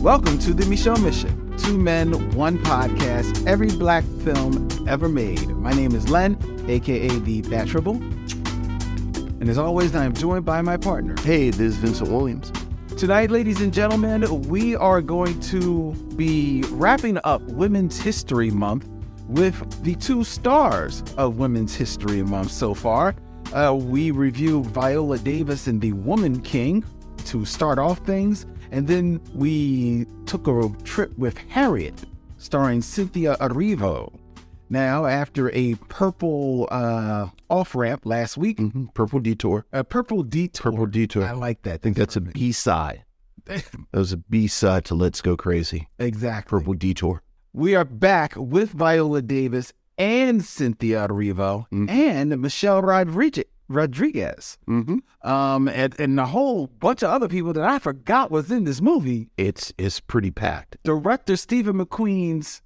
Welcome to the Michelle Mission Two Men, One Podcast, every black film ever made. My name is Len, aka The Batchable. And as always, I am joined by my partner. Hey, this is Vincent Williams. Tonight, ladies and gentlemen, we are going to be wrapping up Women's History Month with the two stars of Women's History Month so far. Uh, we review Viola Davis and The Woman King to start off things, and then we took a trip with Harriet, starring Cynthia Arrivo. Now, after a purple uh, off ramp last week, Mm-hmm. Purple Detour. a purple detour. Purple Detour. I I like that. think that's a B side. That was a B side to Let's Go Crazy. Exactly. Purple Detour. We are back with Viola Davis and Cynthia Erivo Mm. and Michelle Rodriguez. Rodriguez, Mm-hmm. um, and, and a whole bunch of other people that I forgot was in this movie. It's it's pretty packed. Director Stephen McQueen's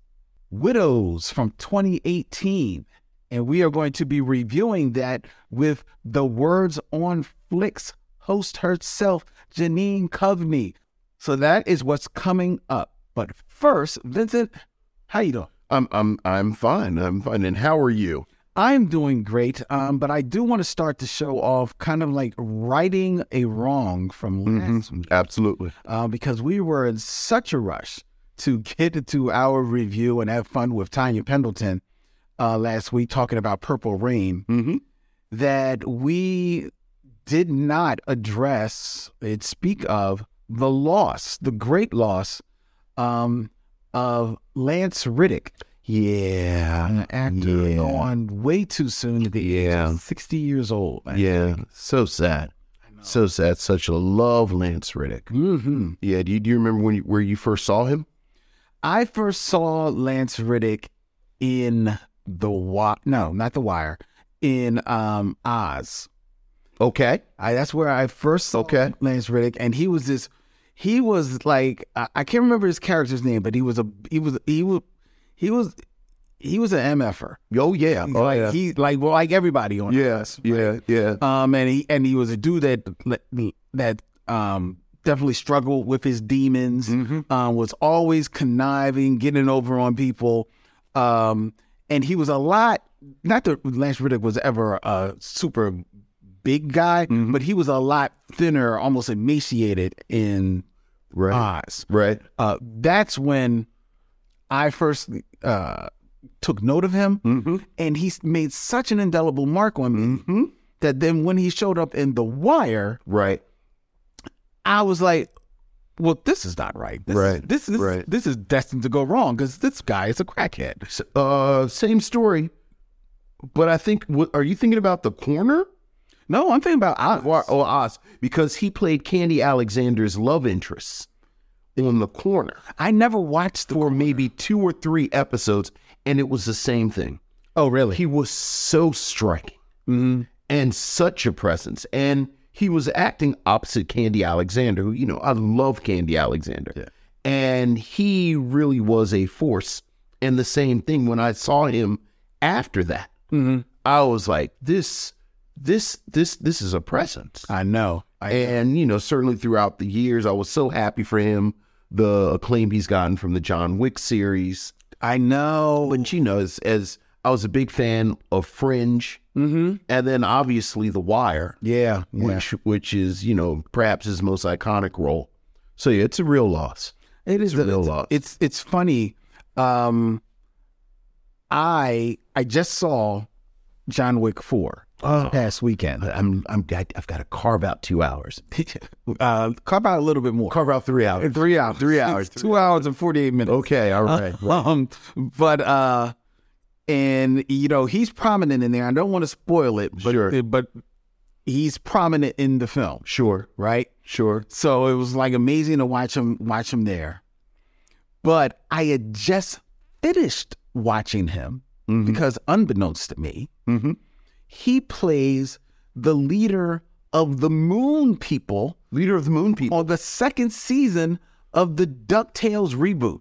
Widows from 2018, and we are going to be reviewing that with the words on Flicks host herself, Janine Coveney. So that is what's coming up. But first, Vincent, how you doing? I'm I'm I'm fine. I'm fine. And how are you? I'm doing great, um, but I do want to start the show off kind of like righting a wrong from last week Mm-hmm. Absolutely. uh, because we were in such a rush to get to our review and have fun with Tanya Pendleton uh, last week talking about Purple Rain Mm-hmm. that we did not address it speak of the loss, the great loss um, of Lance Riddick Yeah. an actor Yeah. on way too soon at the age Yeah. of 60 years old. Yeah. So sad. So sad. Such a love, Lance Riddick. hmm Yeah. Do you, do you remember when you, where you first saw him? I first saw Lance Riddick in The Wire. No, not The Wire. In um, Oz. Okay. I, that's where I first saw Okay. Lance Riddick, and he was this. He was like I, I can't remember his character's name, but he was a he was he was he was he was an mf'er. Oh yeah. Oh yeah. He like well like everybody on Yes. Yeah. Yeah. Um, and he and he was a dude that that um definitely struggled with his demons. Mhm. Um, was always conniving, getting over on people. Um, and he was a lot. Not that Lance Riddick was ever a super big guy, Mhm. but he was a lot thinner, almost emaciated in Right. Oz. Right. Uh, that's when I first uh, took note of him, Mm-hmm. and he made such an indelible mark on me Mm-hmm. that then when he showed up in The Wire, Right. I was like, well, this is not right. This, Right, This is right. this is destined to go wrong because this guy is a crackhead. S- Uh, same story, but I think what, are you thinking about the corner No, I'm thinking about Oz. or, or Oz because he played Candy Alexander's love interest on the corner I never watched the. for maybe two or three episodes, and it was the same thing. Oh, really? He was so striking Mm-hmm. Mhm. and such a presence, and he was acting opposite Candy Alexander, who you know I love Candy Alexander, Yeah. and he really was a force. And the same thing when I saw him after that. Mhm. I was like, this, this, this, this is a presence. I know. I, And you know, certainly throughout the years, I was so happy for him. The acclaim he's gotten from the John Wick series, I know. but you know, as, as I was a big fan of Fringe, Mm-hmm. and then obviously The Wire, Yeah. yeah. which which is you know perhaps his most iconic role. So yeah, it's a real loss. It is It's a real it's, loss. It's it's funny. Um, I I just saw John Wick four Oh. past weekend. I'm I'm I, I've got to carve out two hours, uh, carve out a little bit more. carve out three hours. Three hours. Three hours. Two hours and forty eight minutes. Okay, all right. um, but uh, and you know he's prominent in there. I don't want to spoil it, but Sure. but he's prominent in the film, sure, right? sure. So it was like amazing to watch him watch him there. But I had just finished watching him Mhm. because, unbeknownst to me, Mm-hmm. he plays the leader of the Moon People Leader of the Moon People. on the second season of the Ducktales reboot.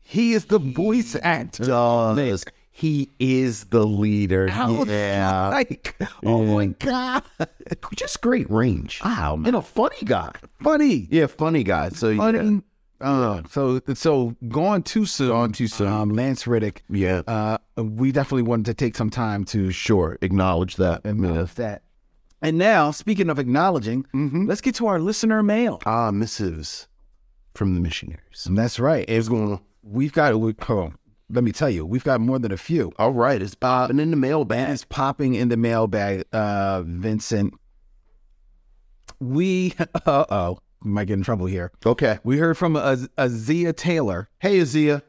He is the voice actor. does. He is the leader. How- yeah. Like, oh my god, Just great range. wow, man. And a funny guy. funny, Yeah, funny guy. So yeah. funny, Uh, so so gone too soon. Gone too soon. Um, Lance Riddick. Yeah. Uh, we definitely wanted to take some time to sure. Acknowledge that. acknowledge that. And now, speaking of acknowledging, Mm-hmm. let's get to our listener mail. Ah, missives from the missionaries. And that's right. It's- It's going on. We've got. We, hold on. Let me tell you, we've got more than a few. All right. It's popping in the mailbag. It's popping in the mailbag, uh, Vincent. We uh oh, might get in trouble here. Okay. We heard from a, a Zia Taylor. Hey, Azia.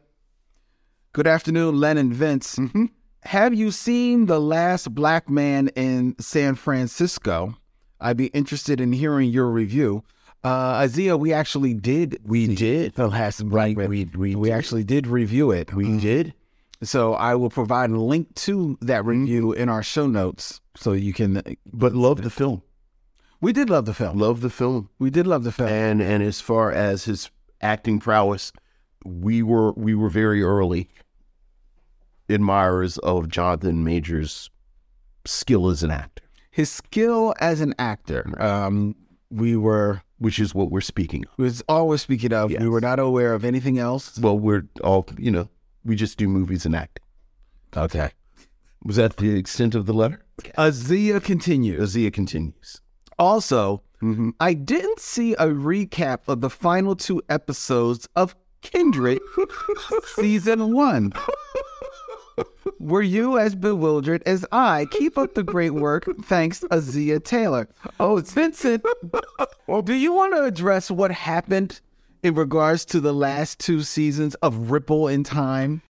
Good afternoon, Len and Vince. Mm-hmm. Have you seen the last black man in San Francisco? I'd be interested in hearing your review. Uh, Isaiah, we actually did. We did. the last black man. We we We actually did review it. Mm. we did. Mm-hmm. So I will provide a link to that review in our show notes, so you can. But love the film. We did love the film. Love the film. We did love the film. And and as far as his acting prowess, we were we were very early admirers of Jonathan Major's skill as an actor, His skill as an actor. Um, we were which is what we're speaking of. was always speaking of. Yes. We were not aware of anything else. Well, we're all you know, we just do movies and acting. Okay. Was that the extent of the letter? Isaiah continues. Azia continues. Also, Mm-hmm. I didn't see a recap of the final two episodes of Kindred season one. Were you as bewildered as I? Keep up the great work. Thanks, Azia Taylor. Oh, it's Vincent. Do you want to address what happened in regards to the last two seasons of Ripple in Time?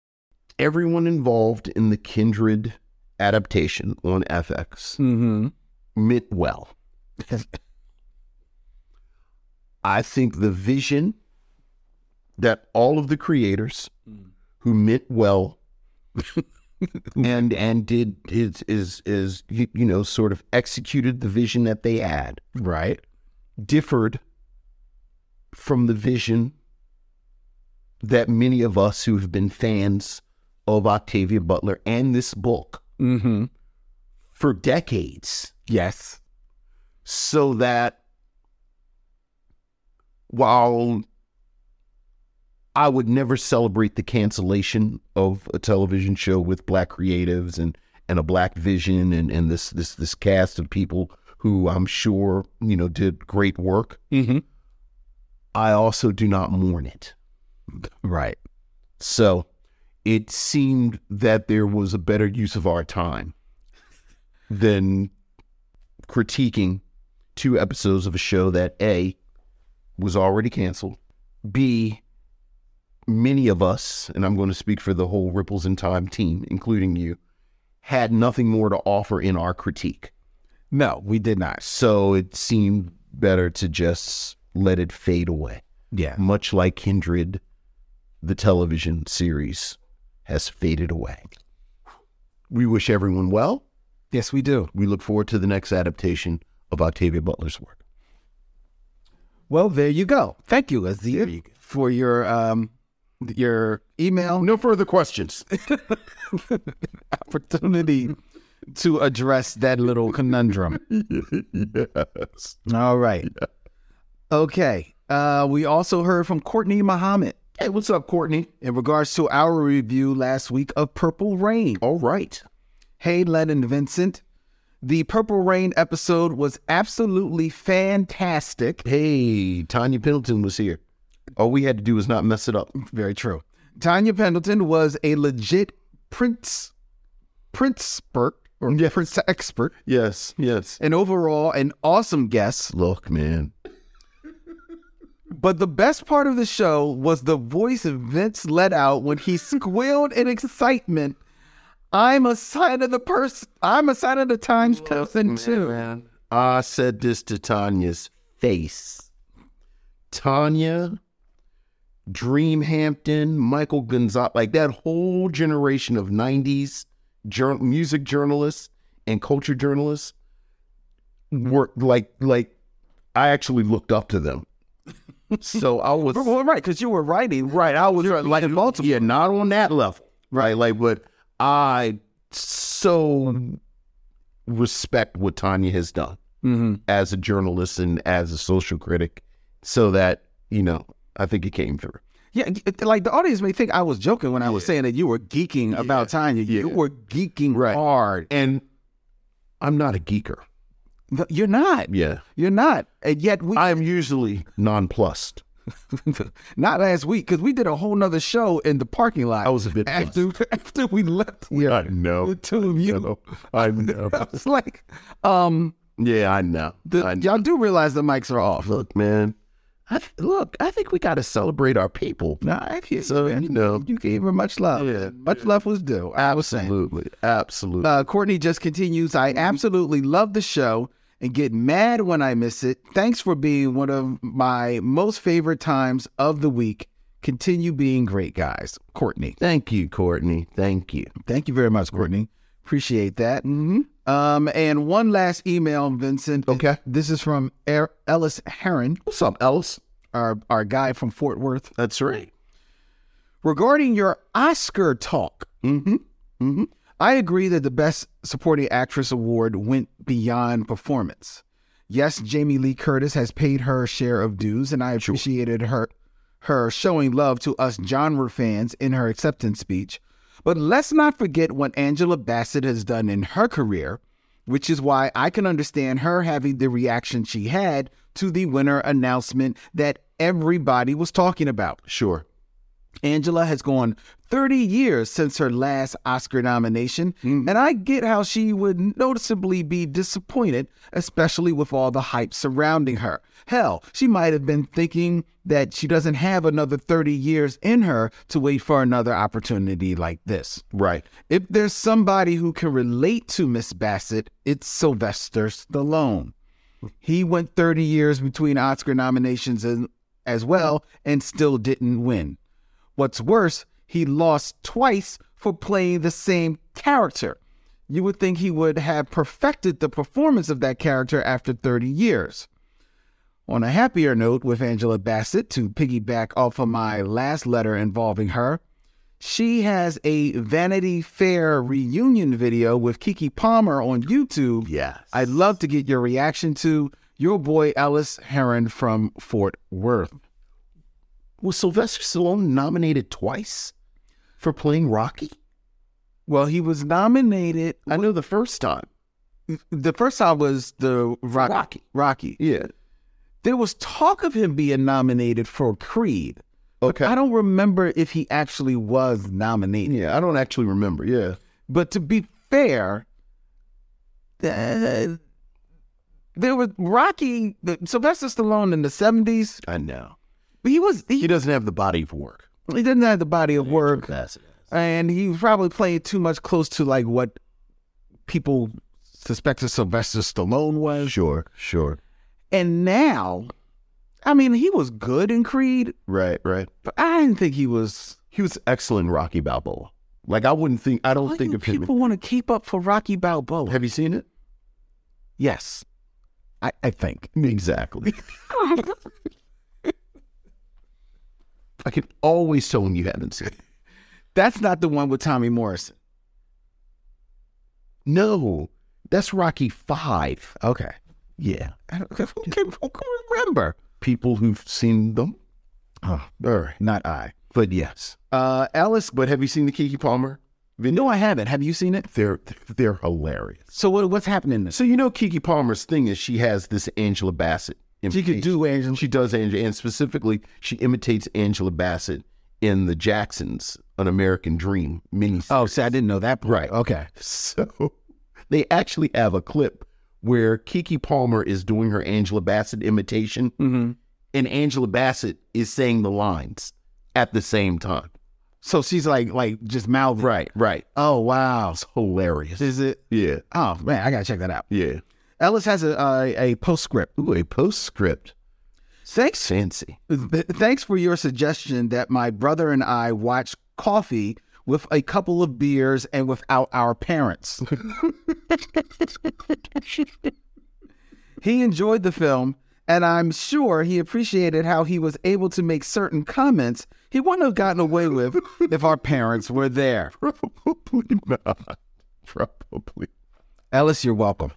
Everyone involved in the Kindred adaptation on FX Mm-hmm. meant well. I think the vision that all of the creators who meant well and and did is is is you, you know sort of executed the vision that they had Right. differed from the vision that many of us who have been fans of Octavia Butler and this book Mm-hmm. for decades Yes. so that while I would never celebrate the cancellation of a television show with black creatives and, and a black vision and, and this, this this cast of people who I'm sure, you know, did great work, Mm-hmm. I also do not mourn it. Right. So it seemed that there was a better use of our time than critiquing two episodes of a show that A was already canceled, B many of us, and I'm going to speak for the whole Ripples in Time team, including you, had nothing more to offer in our critique. No, we did not. So it seemed better to just let it fade away Yeah. much like Kindred, the television series has faded away. We wish everyone well. Yes, we do. We look forward to the next adaptation of Octavia Butler's work. Well, there you go. Thank you, Azia, you go. for your um your email No further questions. opportunity to address that little conundrum. yes. All right. Okay. Uh, we also heard from Courtney Muhammad Hey, what's up, Courtney? in regards to our review last week of Purple Rain. All right. Hey, Len and Vincent. The Purple Rain episode was absolutely fantastic. Hey, Tanya Pendleton was here. All we had to do was not mess it up. Very true. Tanya Pendleton was a legit prince, prince expert or prince expert, Yes, yes. and overall an awesome guest. Look, man. But the best part of the show was the voice Vince let out when he squealed in excitement. I'm a sign of the person. I'm a sign of the times person too. I said this to Tanya's face. Tanya, Dream Hampton, Michael Gonzalez, like that whole generation of 90s jour- music journalists and culture journalists were like, like, I actually looked up to them. so I was Well, right, because you were writing. Right, I was like multiple. yeah, not on that level, right? Like, but I so respect what Tanya has done Mm-hmm. as a journalist and as a social critic, so that you know I think it came through. Yeah, it- like the audience may think I was joking when I was saying that you were geeking about Tanya. You Yeah. were geeking Right. hard. And I'm not a geeker. No, You're not. Yeah. You're not. And yet we I'm usually nonplussed. not last week because we did a whole nother show in the parking lot. I was a bit after after we left with Yeah, I know. the two of you. I know. I was like, um, Yeah, I know. the, I know. y'all do realize the mics are off. Look, man. I th- look, I think we got to celebrate our people. Nah, I hear you, So, man. you know. you gave her much love. Yeah, much love was due. I was saying. Absolutely. Absolutely. Uh, Courtney just continues. I Mm-hmm. absolutely love the show and get mad when I miss it. Thanks for being one of my most favorite times of the week. Continue being great, guys. Courtney, Thank you, Courtney. Thank you. thank you very much, Courtney. Appreciate that. Mm-hmm. Um, and one last email, Vincent. Okay. This is from er- Ellis Heron, What's up, Ellis? our our guy from Fort Worth. That's right. Regarding your Oscar talk, Mm-hmm. I agree that the Best Supporting Actress award went beyond performance. Yes, Jamie Lee Curtis has paid her share of dues, and I appreciated her her showing love to us genre fans in her acceptance speech. But let's not forget what Angela Bassett has done in her career, which is why I can understand her having the reaction she had to the winner announcement that everybody was talking about. Sure. Angela has gone 30 years since her last Oscar nomination, and I get how she would noticeably be disappointed, especially with all the hype surrounding her. Hell, she might have been thinking that she doesn't have another 30 years in her to wait for another opportunity like this. Right. If there's somebody who can relate to Miss Bassett, it's Sylvester Stallone. He went 30 years between Oscar nominations and, as well and still didn't win. What's worse, he lost twice for playing the same character. You would think he would have perfected the performance of that character after 30 years. On a happier note with Angela Bassett, to piggyback off of my last letter involving her, she has a Vanity Fair reunion video with Kiki Palmer on YouTube. Yes. I'd love to get your reaction to your boy Ellis Heron from Fort Worth. Was Sylvester Stallone nominated twice for playing Rocky? Well, he was nominated. I know the first time. The first time was the Rock, Rocky. Rocky. Yeah. There was talk of him being nominated for Creed. Okay. I don't remember if he actually was nominated. yeah, I don't actually remember. Yeah. But to be fair, uh, there was Rocky, Sylvester Stallone in the seventies. I know. He was he, He doesn't have the body of work. he didn't have the body of work. Bassett has. and he was probably playing too much close to like what people suspected Sylvester Stallone was. Sure, sure. And now, I mean, he was good in Creed, Right, right. but I didn't think he was. He was excellent in Rocky Balboa. Like I wouldn't think I don't Why think do of him. people want to keep up for Rocky Balboa? Have you seen it? yes, I, I think. Exactly. I can always tell when you haven't seen it. That's not the one with Tommy Morrison. No. That's Rocky Five. Okay. Yeah. I don't, who, can, who can remember? oh, People who've seen them. Oh, All right. not I. But yes. Uh, Alice, But have you seen the Kiki Palmer? no, I haven't. Have you seen it? They're they're hilarious. So what, what's happening? So you know Kiki Palmer's thing is she has this Angela Bassett. She could imitation. do Angela. She does Angela, and specifically she imitates Angela Bassett in The Jacksons, An American Dream mini. Oh, see, I didn't know that. Part. Right. Okay. So they actually have a clip where Kiki Palmer is doing her Angela Bassett imitation, Mm-hmm. and Angela Bassett is saying the lines at the same time. So she's like, like just mouth. Right. Right. Oh wow. It's hilarious. Is it? Yeah. Oh man, I gotta check that out. Yeah. Ellis has a a, a postscript. Ooh, a postscript. Thanks, Fancy. th- thanks for your suggestion that my brother and I watch coffee with a couple of beers and without our parents. he enjoyed the film, and I'm sure he appreciated how he was able to make certain comments he wouldn't have gotten away with if our parents were there. Probably not. Probably. Ellis, you're welcome.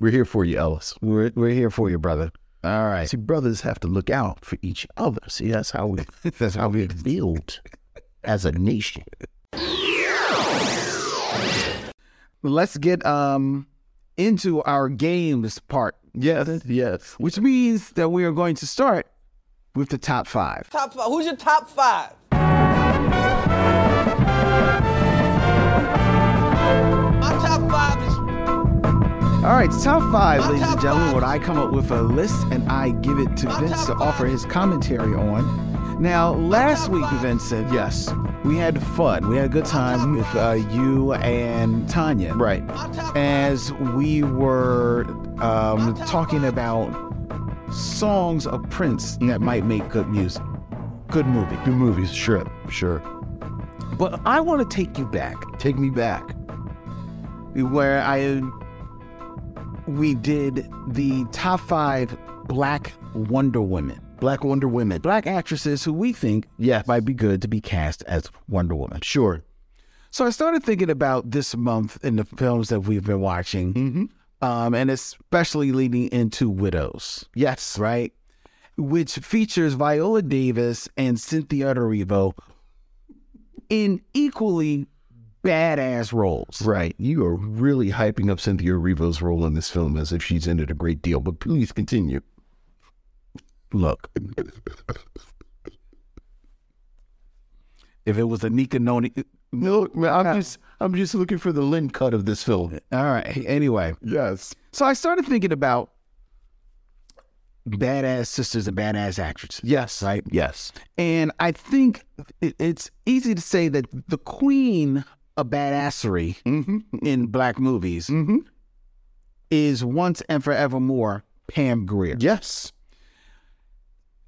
We're here for you, Ellis. We're, we're here for you, brother. All right. See, brothers have to look out for each other. See, that's how we that's how we build as a nation. Let's get um into our games part, Yes, yes. which means that we are going to start with the top five. Top five. Who's your top five? My top five is All right, top five, ladies and top gentlemen, five. when I come up with a list and I give it to Vince to top offer five. his commentary on. Now, last top week, five. Vincent, yes, we had fun. We had a good time with uh, you and Tanya. Right. my top As we were um, talking about songs of Prince that might make good music, good movie. Good movies, sure, sure. But I want to take you back Take me back. where I we did the top five black Wonder Women, Black Wonder Women. black actresses who we think Yes. might be good to be cast as Wonder Woman. Sure. So I started thinking about this month and the films that we've been watching, um, and especially leading into Widows, Yes. right? Which features Viola Davis and Cynthia Erivo in equally badass roles. Right. You are really hyping up Cynthia Erivo's role in this film as if she's in it a great deal, but please continue. Look, if it was a Nika Noni, No, I'm just I'm just looking for the Lynn cut of this film. all right. Anyway, Yes. so I started thinking about badass sisters and badass actresses, Yes. I yes. and I think it, it's easy to say that the queen of badassery in black movies is once and forevermore Pam Grier. Yes.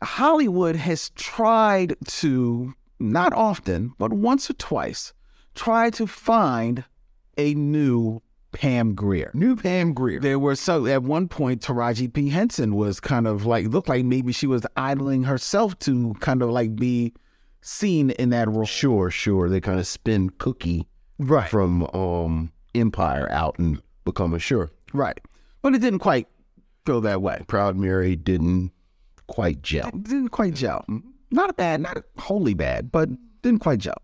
Hollywood has tried to, not often, but once or twice, try to find a new Pam Greer. New Pam Greer. There were so at one point Taraji P. Henson was kind of like looked like maybe she was idling herself to kind of like be seen in that role. Sure, sure. They kind of spin Cookie Right. from um Empire out and become a sure. Right. But it didn't quite go that way. Proud Mary didn't quite gel. didn't quite gel. Not a bad, not wholly bad, but didn't quite gel.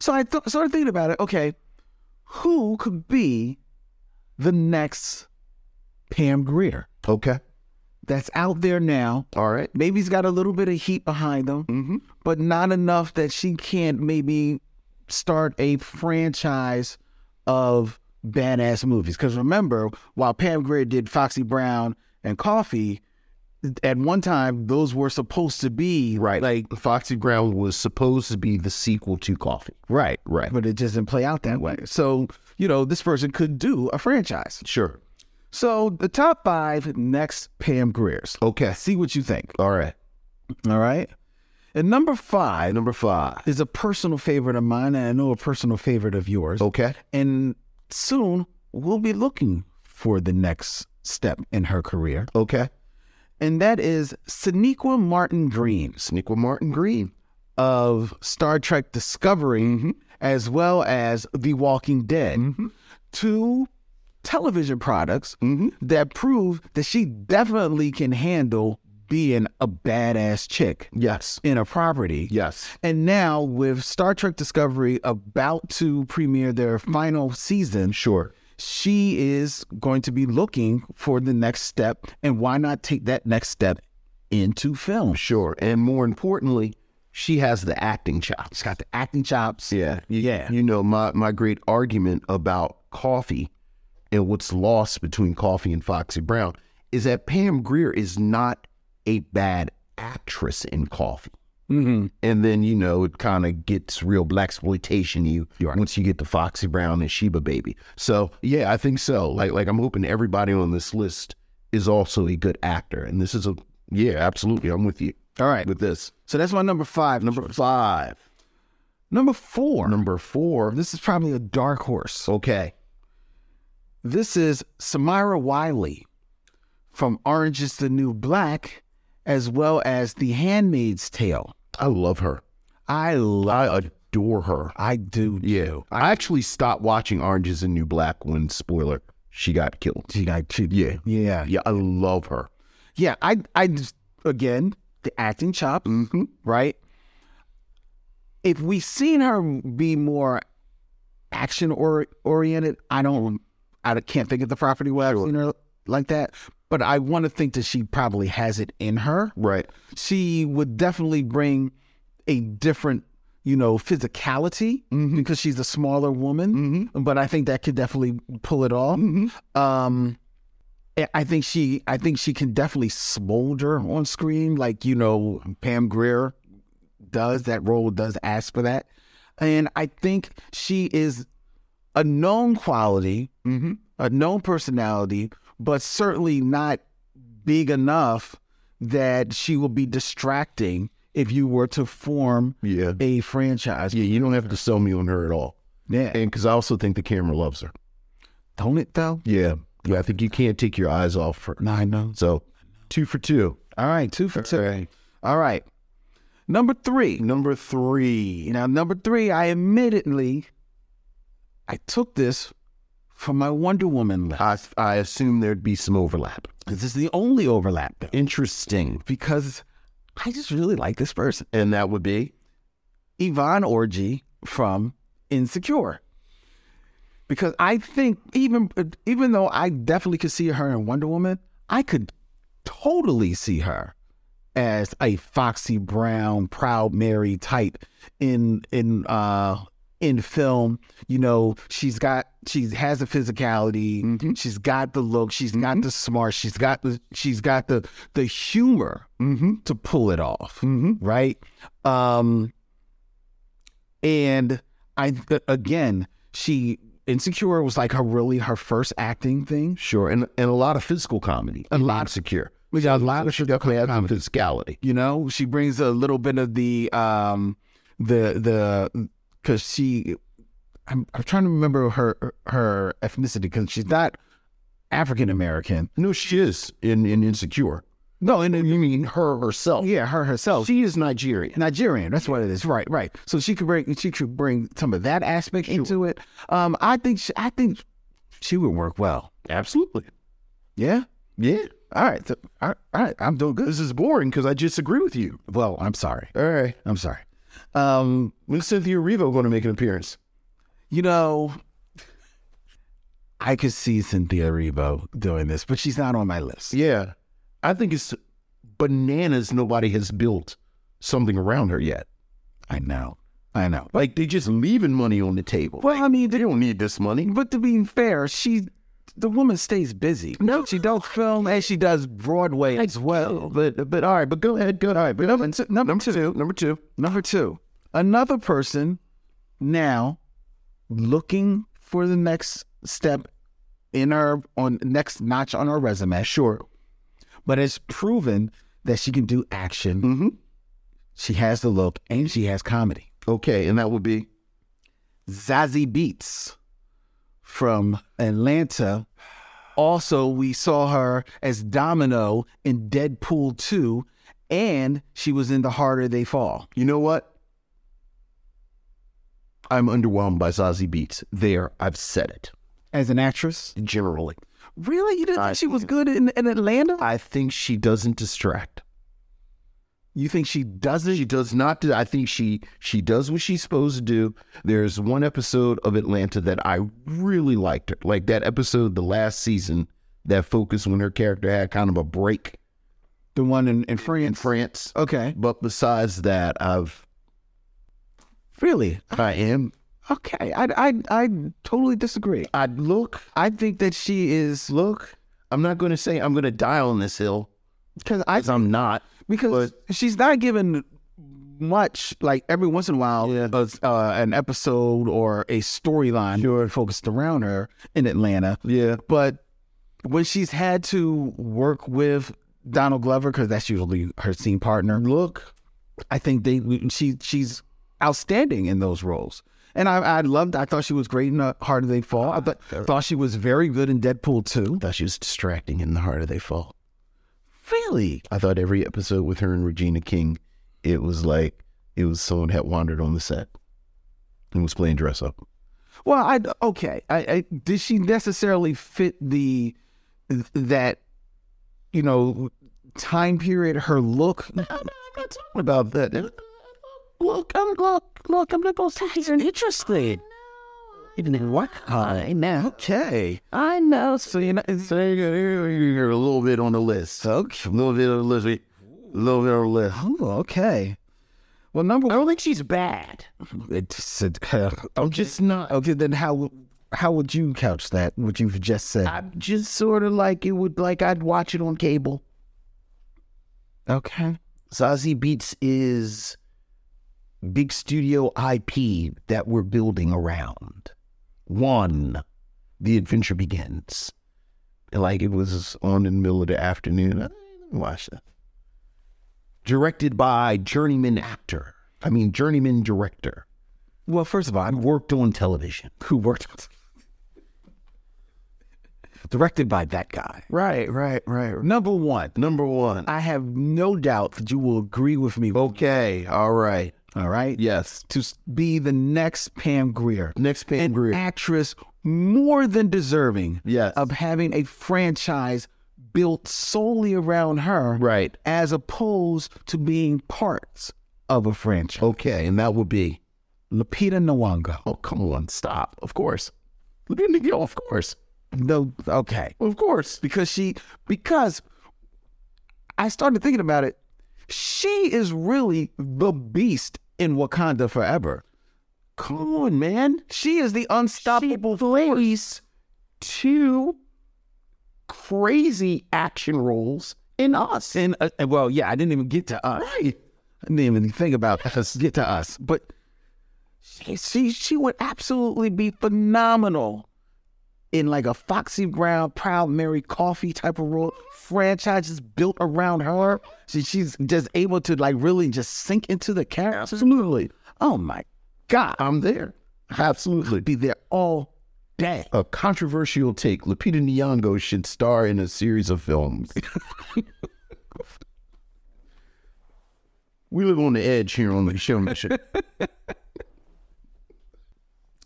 So I th- started thinking about it. Okay, who could be the next Pam Greer Okay. that's out there now? All right. Maybe he's got a little bit of heat behind him, Mm-hmm. but not enough that she can't maybe start a franchise of badass movies. Because remember, while Pam Grier did Foxy Brown and Coffee, at one time those were supposed to be Right. like Like Foxy Brown was supposed to be the sequel to Coffee. right, Right. but it just didn't play out that Mm-hmm. way. So you know, this person could do a franchise. Sure. So the top five next Pam Greer's. Okay. See what you think. All right. All right. And number five, Number five. is a personal favorite of mine, and I know a personal favorite of yours. Okay. And soon we'll be looking for the next step in her career, Okay. and that is Sonequa Martin Dreams Sneak with Martin Green. of Star Trek Discovery, Mm-hmm. as well as The Walking Dead, two television products Mm-hmm. that prove that she definitely can handle being a badass chick Yes. in a property. Yes. And now, with Star Trek Discovery about to premiere their final season, Sure. she is going to be looking for the next step. And why not take that next step into film? Sure. And more importantly, she has the acting chops. She's got the acting chops. Yeah. You, Yeah. You know, my, my great argument about coffee and what's lost between coffee and Foxy Brown is that Pam Greer is not a bad actress in coffee. Mhm. And then, you know, it kind of gets real black exploitation you once you get to Foxy Brown and Sheba Baby. So, yeah, I think so. Like, like I'm hoping everybody on this list is also a good actor. And this is a, yeah, absolutely. I'm with you All right. with this. So that's my number five. Number Five. number four. Number four. This is probably a dark horse. Okay. This is Samira Wiley from Orange is the New Black, as well as The Handmaid's Tale. I love her. I love. I adore her. I do. Yeah. I actually stopped watching Orange is the New Black when, spoiler, she got killed. She got she, Yeah. Yeah. Yeah, I love her. yeah, I I just again the acting chop, right? If we seen her be more action or oriented, I don't, I can't think of the property where I've seen her like that. But I want to think that she probably has it in her Right. she would definitely bring a different, you know, physicality because she's a smaller woman. But I think that could definitely pull it off. Um, I- I think she, I think she can definitely smolder on screen, like you know, Pam Grier does. That role does ask for that, and I think she is a known quality, Mm-hmm. a known personality, but certainly not big enough that she will be distracting if you were to form Yeah. a franchise. Yeah, you don't have to sell me on her at all. Yeah. And because I also think the camera loves her. Don't it though? Yeah. Yeah, I think you can't take your eyes off her. Nine no. So two for two. All right, two for two. right. All right. Number three. Number three. Now, number three, I admittedly, I took this from my Wonder Woman list. I, I assume there'd be some overlap. This is the only overlap though, Interesting. because I just really like this person, And that would be? Yvonne Orgy from Insecure. Because I think even even though I definitely could see her in Wonder Woman, I could totally see her as a Foxy Brown, Proud Mary type in in uh in film. You know, she's got she has a physicality, she's got the look, she's got the smart, she's got the she's got the the humor to pull it off, right? Um and I uh, again, she insecure was like her really her first acting thing. Mm-hmm. Sure. And, and a lot of physical comedy. A lot. Secure. We got a lot of She definitely has some physicality. You know, she brings a little bit of the um the the because she I'm I'm trying to remember her her ethnicity because she's not African American. No, she is in, in Insecure. No, and You mean her herself? yeah, her herself. She is Nigerian. Nigerian. That's what it is. Right, right. So she could bring she could bring some of that aspect into it. Um, I think she, I think she would work well. Absolutely. Yeah. Yeah. All right. So, all right. All right. I'm doing good. This is boring because I disagree with you. Well, I'm sorry. All right. I'm sorry. Um, When's Cynthia Revo going to make an appearance? you know, I could see Cynthia Erivo doing this, but she's not on my list. Yeah. I think it's bananas nobody has built something around her yet. I know. I know. Like they just leaving money on the table. Well, I mean, They don't need this money. but to be fair, she, the woman stays busy. No, she does film and she does Broadway as well. But but all right, but go ahead, go all right. But number, two- number number, two. number two. Number two, another person now looking for the next step in her on next notch on her resume. Sure. But it's proven that she can do action. Mhm. She has the look and she has comedy. Okay, and that would be Zazie Beats from Atlanta. Also, we saw her as Domino in Deadpool 2, and she was in The Harder They Fall. you know what? I'm underwhelmed by Zazie Beats. There, I've said it. As an actress, Generally. Really? You didn't I think she was think good in, in Atlanta? I think she doesn't distract. You think she doesn't? She does not. do- I think she she does what she's supposed to do. There's one episode of Atlanta that I really liked her, like that episode the last season that focused when her character had kind of a break The one in, in France. in France. Okay. But besides that, I've Really? I am Okay. I, I, I totally disagree. I look I think that she is look. I'm not going to say I'm going to die on this hill because I because I'm not. because she's not given much like every once in a while a- uh, an episode or a storyline focused around her in Atlanta. Yeah, But when she's had to work with Donald Glover because that's usually her scene partner. look. I think they she she's outstanding in those roles. And I, I loved. I thought she was great in uh, Harder They Fall. Ah, I th- thought she was very good in Deadpool too. I thought she was distracting in the harder they fall. Really? I thought every episode with her and Regina King, it was like it was someone had wandered on the set and was playing dress up. Well, I okay. I, I did she necessarily fit the that you know time period, her look. I'm not talking about that. Look, I'm, look, look, I'm not going to say he's interested. Even in what kind now? Okay. I know. So you know, it's- So you're, you're a little bit on the list. Okay. A little bit on the list. A little bit on the list. oh, okay. Well, number I don't think she's bad. it said, I'm just not. okay, then how how would you couch that? What you've just said? I'm just sort of like it would like I'd watch it on cable. okay. Zazie Beats is big studio IP that we're building around. One, the adventure begins. Like it was on in the middle of the afternoon. I watched that. Directed by journeyman actor. I mean journeyman director. Well, first of all, I'm, Worked on television. who worked on directed by that guy. Right, right, right. Number one, Number one. I have no doubt that you will agree with me. Okay. All right. All right, Yes. to s- be the next Pam Greer, Next Pam Grier. actress more than deserving Yes. of having a franchise built solely around her, Right. as opposed to being parts of a franchise. Okay, and that would be Lupita Nyong'o. Oh, come on, stop. Of course. Lupita Nyong'o, of course. No, okay. Of course. because she because I started thinking about it. She is really the beast in Wakanda forever. Come on, man. She is the unstoppable plays two crazy action roles in us. in uh, well, yeah, I didn't even get to us. Right. I didn't even think about us get to us, but she, she she would absolutely be phenomenal in like a Foxy Brown, Proud Mary Coffee type of role. Franchises built around her. She, she's just able to like really just sink into the character. Absolutely. Oh my God. I'm there. Absolutely. be there all day. a controversial take. Lupita Nyong'o should star in a series of films. we live on the edge here on the show. Mission.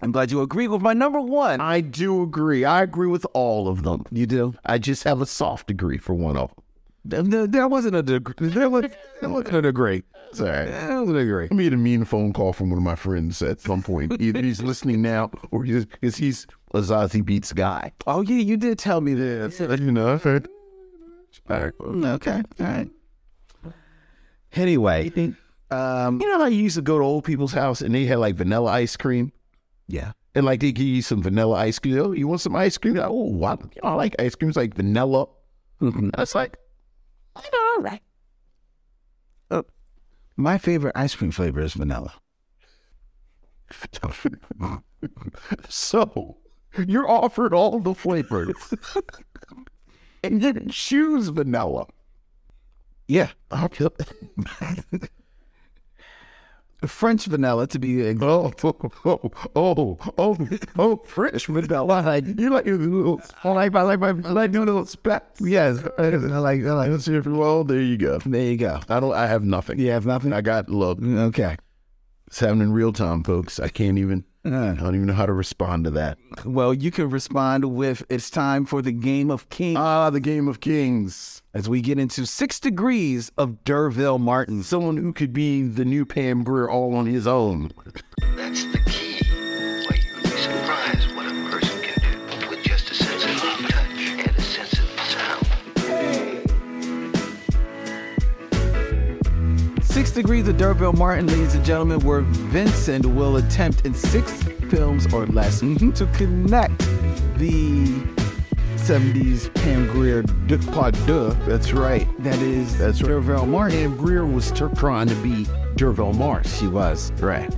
I'm glad you agree with my number one. I do agree. I agree with all of them. You do? I just have a soft degree for one of them. There, there- there wasn't a degree. There, was, there wasn't a degree. Sorry. There wasn't a degree. I made a mean phone call from one of my friends at some point. Either he's listening now or he's, cause he's a Zazie Beats guy. Oh, yeah, you did tell me this. You know, I've heard. All right. Okay, all right. Anyway, um, You know how you used to go to old people's house and they had like vanilla ice cream? yeah. And like they give you some vanilla ice cream. Oh, you want some ice cream? Oh, I, I like ice cream. It's like vanilla. That's like, all right. My favorite ice cream flavor is vanilla. so you're offered all the flavors and you didn't choose vanilla. Yeah, Okay. French vanilla to be ex- Oh, oh, oh, oh, oh, French vanilla. You like your little, I like my, I like my, I like doing little spats. Yes. I like, I like, well, there you go. There you go. I don't, I have nothing. You have nothing? I got, look, Okay. it's happening in real time, folks. I can't even, I Uh, don't even know how to respond to that. well, you can respond with it's time for the game of king Uh, Ah, the game of kings. as we get into six degrees of Derville Martin. Someone who could be the new Pam Grier all on his own. That's the key. Why you'd be surprised what a person can do with just a sense of touch and a sense of sound. Six Degrees of Durville Martin, ladies and gentlemen, where Vincent will attempt in six films or less mm-hmm, to connect the 70s Pam Grier Duc Pas Deux. That's right. That is That's right. Durville Martin. Pam Grier was ter- trying to be Derville Mars. She was. Right.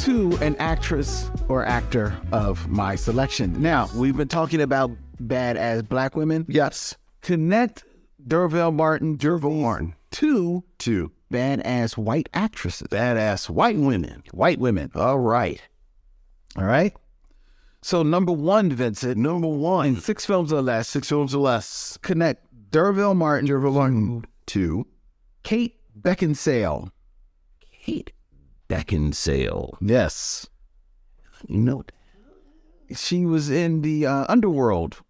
To an actress or actor of my selection. Now, we've been talking about badass black women. Yes. Connect Durville Martin, Durville Martin. to Two badass white actresses, badass white women. white women. All right. All right. So number one, Vincent, Number one. six films or less, Six films or less. connect Derville Martin, Derville Martin. Two. Kate Beckinsale. Kate Beckinsale. Yes. You know, She was in the uh, underworld.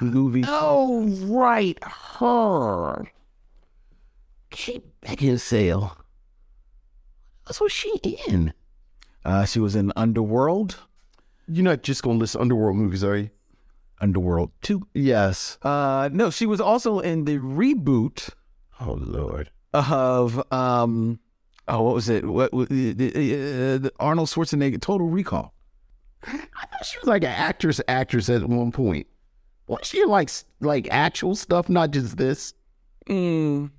movie. Oh, right. Her. She beckon sale. That's what she in. Uh, she was in Underworld, You're not just going to list underworld movies, are you? Underworld 2. Yes. Uh, no, she was also in the reboot Oh, Lord. of, um, oh, what was it? What, wa- uh, uh, Arnold Schwarzenegger, Total Recall. I thought she was like an actress, actress at one point. Was she like s- like actual stuff, not just this? Mm,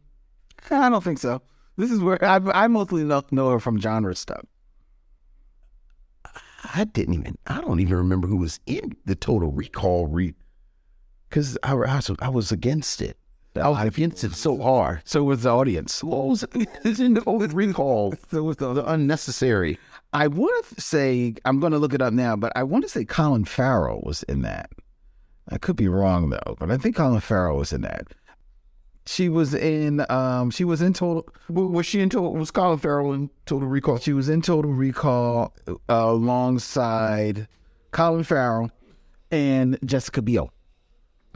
I don't think so. This is where I, I mostly know, know her from genre stuff. I didn't even. I don't even remember who was in the Total Recall re, because I, I was I was against it. I was against it so hard. So was the audience. What was it's in Total Recall? So was the, The unnecessary. I want to say I'm going to look it up now, but I want to say Colin Farrell was in that. I could be wrong though, but I think Colin Farrell was in that. She was in. Um, she was in total. W- Was she in Total? Was Colin Farrell in Total Recall? She was in Total Recall uh, alongside Colin Farrell and Jessica Biel.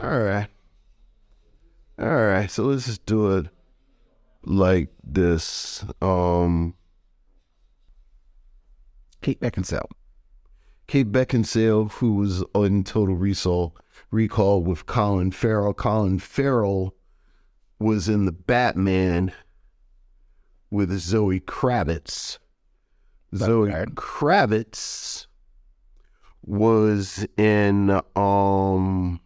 All right. All right. So let's just do it like this. Um. Kate Beckinsale. Kate Beckinsale, who was on Total Recall, recall with Colin Farrell. Colin Farrell was in the Batman with Zoe Kravitz. Zoe bad. Kravitz was in um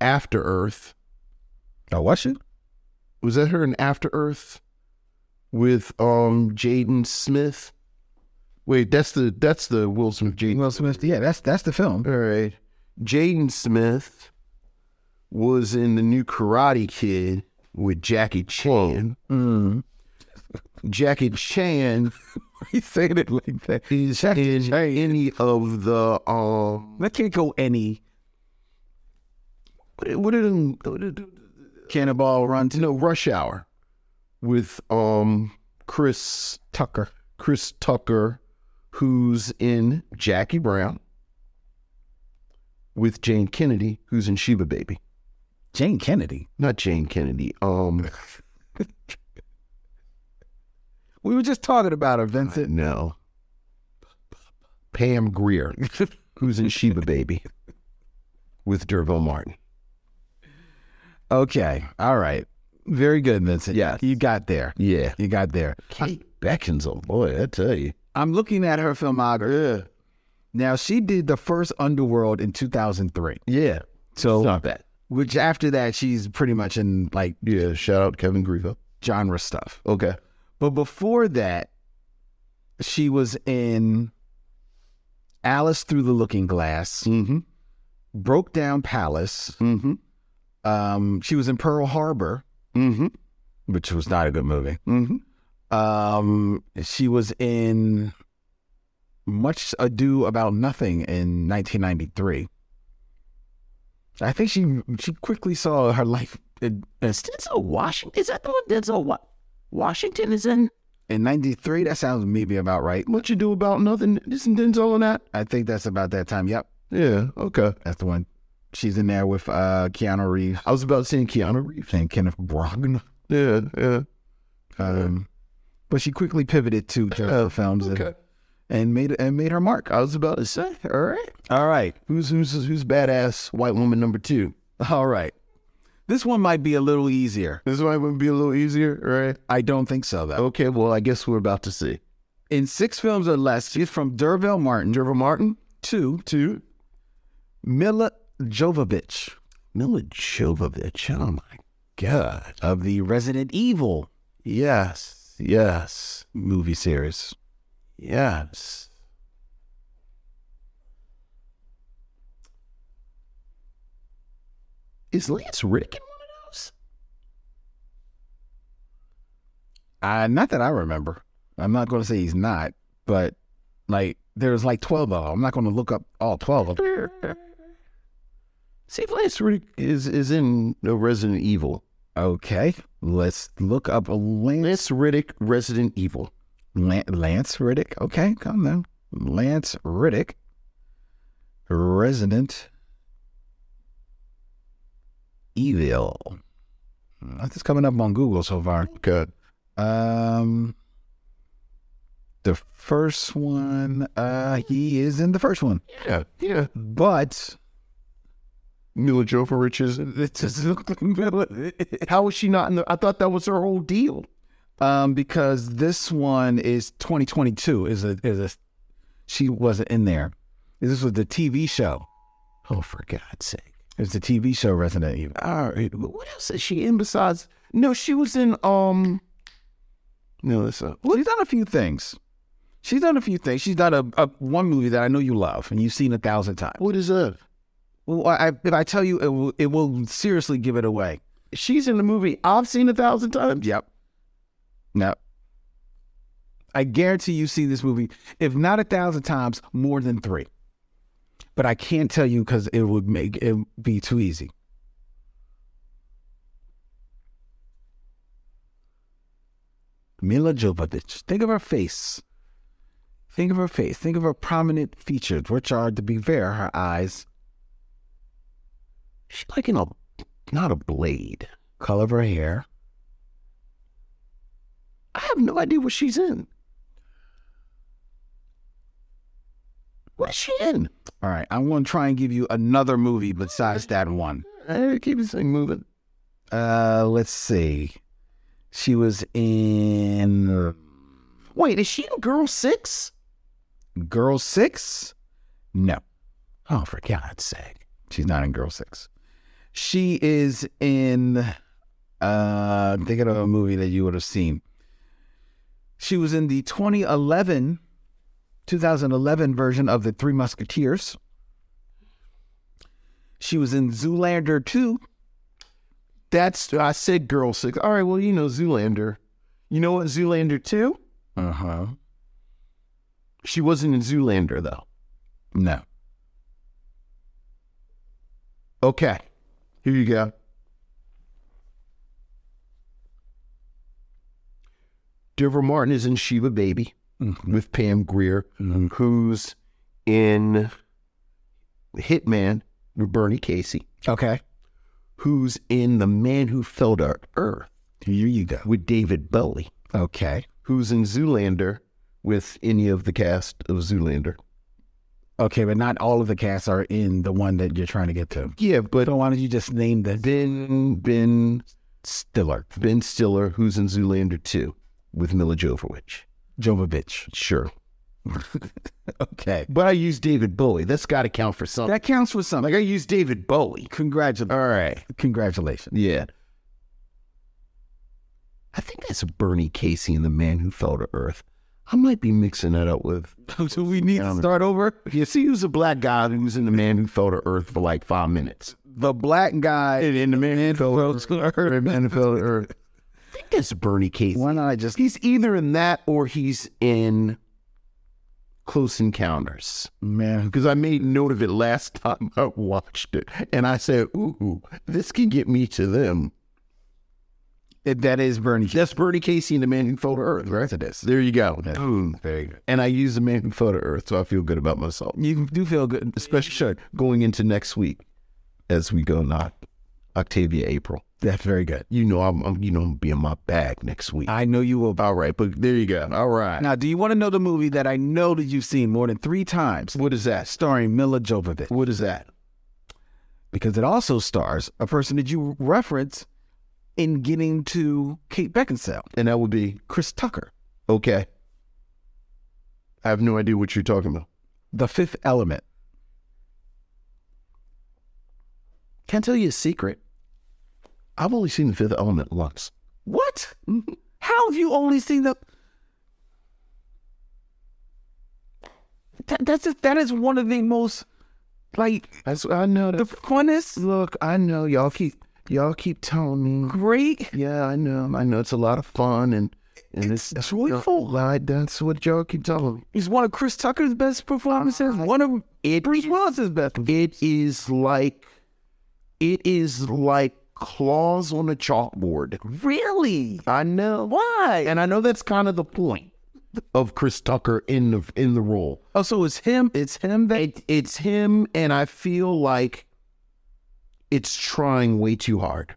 After Earth. Oh, was she? Was that her in After Earth with um Jaden Smith? Wait, that's the that's the Will Smith Jaden Will Smith. Yeah, that's that's the film. all right. Jaden Smith was in the new Karate Kid with Jackie Chan. Mm. Jackie Chan He said it like that. is Jackie in Chan. any of the um. That can't go any What what are them? What are them cannonball run no, Rush Hour with um Chris Tucker. Chris Tucker, who's in Jackie Brown, with Jane Kennedy, who's in Sheba Baby. Jane Kennedy. Not Jane Kennedy. Um. We were just talking about her, Vincent. No. Pam Greer, who's in Sheba Baby with Derville Martin. Okay. All right. Very good, Vincent. Yes. You got there. Yeah. You got there. Kate Beckinsale, boy, I tell you. I'm looking at her filmography. Now, she did the first Underworld in 2003, Yeah. So it's not that. which after that, she's pretty much in like Yeah. Shout out Kevin Grievo. genre stuff. Okay. But before that, she was in Alice Through the Looking Glass, Mm-hmm. Broke Down Palace. Mm-hmm. Um, she was in Pearl Harbor, Mm-hmm. which was not a good movie. Mm-hmm. Um, she was in Much Ado About Nothing in 1993. I think she she quickly saw her life in Denzel Washington. Is that the one Denzel what? Washington is in? in '93. That sounds maybe about right. What you do about nothing? Isn't Denzel in that? I think that's about that time. Yep, Yeah. Okay. that's the one. She's in there with uh, Keanu Reeves I was about saying Keanu Reeves. and Kenneth Brogdon. Yeah. Yeah. Um, but she quickly pivoted to Oh, just films and- okay. and made and made her mark. I was about to say. All right. All right. Who's who's who's badass white woman number two? All right. This one might be a little easier. This one would be a little easier, right? I don't think so, though. Okay, well, I guess we're about to see. In six films or less, she's from Derville Martin. Derville Martin? Two. Two. Mila Jovovich Mila Jovovich. Oh my god. of the Resident Evil Yes. Yes. movie series. Yes. Is Lance Rick in one of those? Uh, not that I remember. I'm not going to say he's not, but like there's like 12 of them. I'm not going to look up all 12 of them. See if Lance Rick is is in the Resident Evil. Okay. Let's look up Lance, Lance Riddick, Resident Evil. Lan- Lance Riddick. Okay. Come now. Lance Riddick. Resident Evil. Nothing's coming up on Google so far. Good. Um, the first one, uh, he is in the first one, Yeah. Yeah. but Mila Jovovich is. it doesn't look How is she not in the? I thought that was her whole deal. um, because this one is 2022. Is a is a she wasn't in there. This was the TV show. Oh, for God's sake! It's the TV show Resident Evil. All right. What else is she in besides? No, she was in. Um. No, that's not. She's done a few things. She's done a few things. She's done a, a one movie that I know you love and you've seen a thousand times. What is that? Well, I, if I tell you, it will, it will seriously give it away. She's in the movie I've seen a thousand times. Yep. No. I guarantee you've seen this movie, if not a thousand times, more than three. But I can't tell you because it would make it would be too easy. Mila Jovovich. Think of her face. Think of her face. Think of her prominent features, which are, to be fair, her eyes, She's like in a, not a blade. color of her hair. I have no idea what she's in. What is she in? All right, I'm going to try and give you another movie besides that one. I keep this thing moving. Uh, let's see. She was in Wait, is she in Girl Six? Girl Six. No, Oh, for God's sake! she's not in Girl Six. She is in. Uh, I'm thinking of a movie that you would have seen. She was in the 2011, 2011 version of the Three Musketeers. She was in Zoolander 2. That's I said Girl Six. All right, well you know Zoolander. You know what Zoolander two? Uh huh. She wasn't in Zoolander though. No. Okay, here you go. Deborah Martin is in Shiva Baby Mm-hmm. with Pam Greer, who's in Hitman with Bernie Casey, Okay. who's in The Man Who Fell to Earth Here you go. with David Bowie. Okay. who's in Zoolander with any of the cast of Zoolander. Okay, but not all of the casts are in the one that you're trying to get to. Yeah, but So why don't you just name the Ben Ben Stiller, Ben Stiller, who's in Zoolander too, with Mila Jovovich. Jovovich? Sure, Okay, but I use David Bowie. That's got to count for something. that counts for something. like I use David Bowie. Congratulations! All right, Congratulations. yeah. I think that's Bernie Casey and the Man Who Fell to Earth. I might be mixing that up with. so we need to start over. You see, he was a black guy who was in The Man Who Fell to Earth for like five minutes. The black guy. And in The Man Who Fell Why NFL or I think it's Bernie Casey. not I just? He's either in that or he's in Close Encounters. Man, Because I made note of it last time I watched it. And I said, ooh, this can get me to them. it, that is Bernie. That's Bernie Casey and the man who fell to earth, right? It is. There you go. Boom. Very good. And I use the man who fell to earth, so I feel good about myself. You do feel good. Especially going into next week as we go not Octavia April. That's very good. You know I'm, I'm you know I'm being my bag next week. I know you will. All right, but there you go. All right. Now, do you want to know the movie that I know that you've seen more than three times, What is that? starring Mila Jovovich? What is that? because it also stars a person that you reference in getting to Kate Beckinsale, And that would be Chris Tucker, okay. I have no idea what you're talking about. The Fifth Element. Can't tell you a secret. I've only seen the Fifth Element once. What? How have you only seen the? That, that's just, that is one of the most like That's I know. the funnest, look, I know y'all keep y'all keep telling me. great. Yeah, I know. I know it's a lot of fun and and it's, It's joyful. Like, that's what y'all keep telling me. It's one of Chris Tucker's best performances. One of Bruce Willis's best. It is like it is like claws on a chalkboard. Really? I know. Why? And I know that's kind of the point of Chris Tucker in the in the role. Oh, so it's him. It's him that It, it's him, and I feel like it's trying way too hard.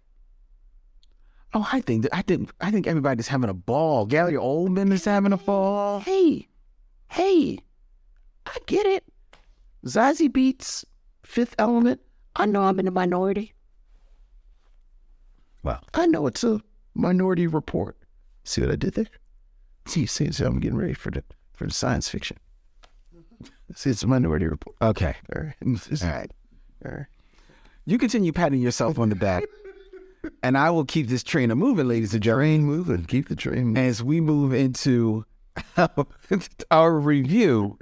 Oh, I think that I think I think everybody's having a ball. Gary Oldman is having a ball. Hey, hey, I get it. Zazie Beats, Fifth Element. I know I'm in the minority. Well, I know it's a minority report. See what I did there? See, see, see I'm getting ready for the for the science fiction. See, it's a minority report. Okay. All right. All right. You continue patting yourself on the back. And I will keep this train a moving, ladies and gentlemen, Train moving. Keep the train moving. as we move into our review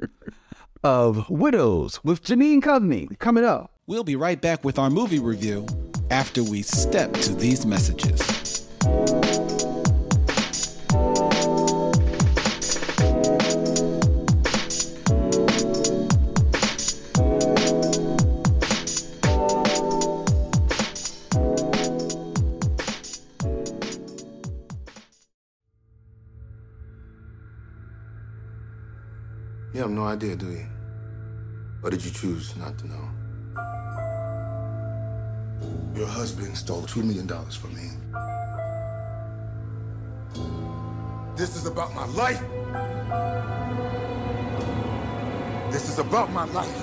of Widows with Janine Company coming up. We'll be right back with our movie review after we step to these messages. You have no idea, do you? Or did you choose not to know? Your husband stole $2 million from me. This is about my life. This is about my life.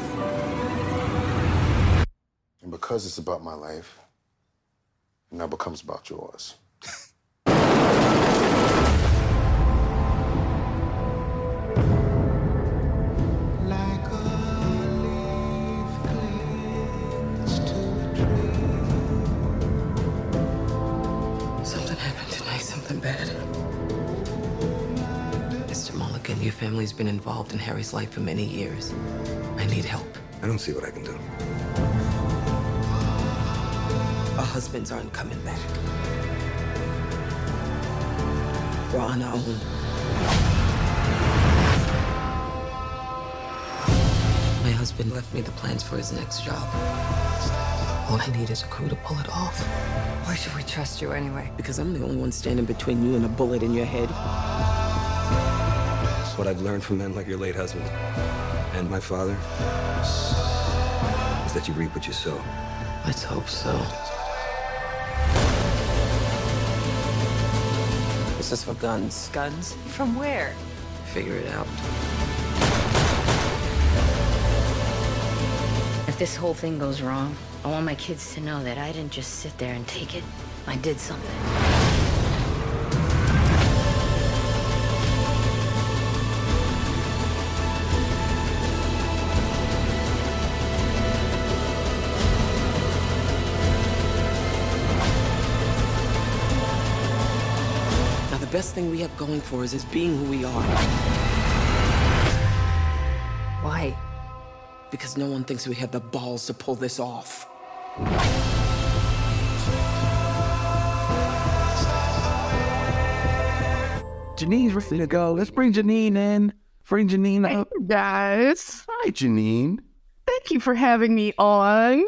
And because it's about my life, it now becomes about yours. Something happened tonight, something bad. Mr. Mulligan, your family's been involved in Harry's life for many years. I need help. I don't see what I can do. Our husbands aren't coming back. We're on our own. My husband left me the plans for his next job. All I need is a crew to pull it off. Why should we trust you anyway? Because I'm the only one standing between you and a bullet in your head. It's what I've learned from men like your late husband and my father is that you reap what you sow. Let's hope so. This is for guns. Guns? From where? Figure it out. If this whole thing goes wrong, I want my kids to know that I didn't just sit there and take it. I did something. Now, the best thing we have going for us is being who we are, Why? because no one thinks we have the balls to pull this off. Janine's ready to go. Let's bring Janine in. Bring Janine up. guys. Hi, Janine. Thank Uh, you for having me on.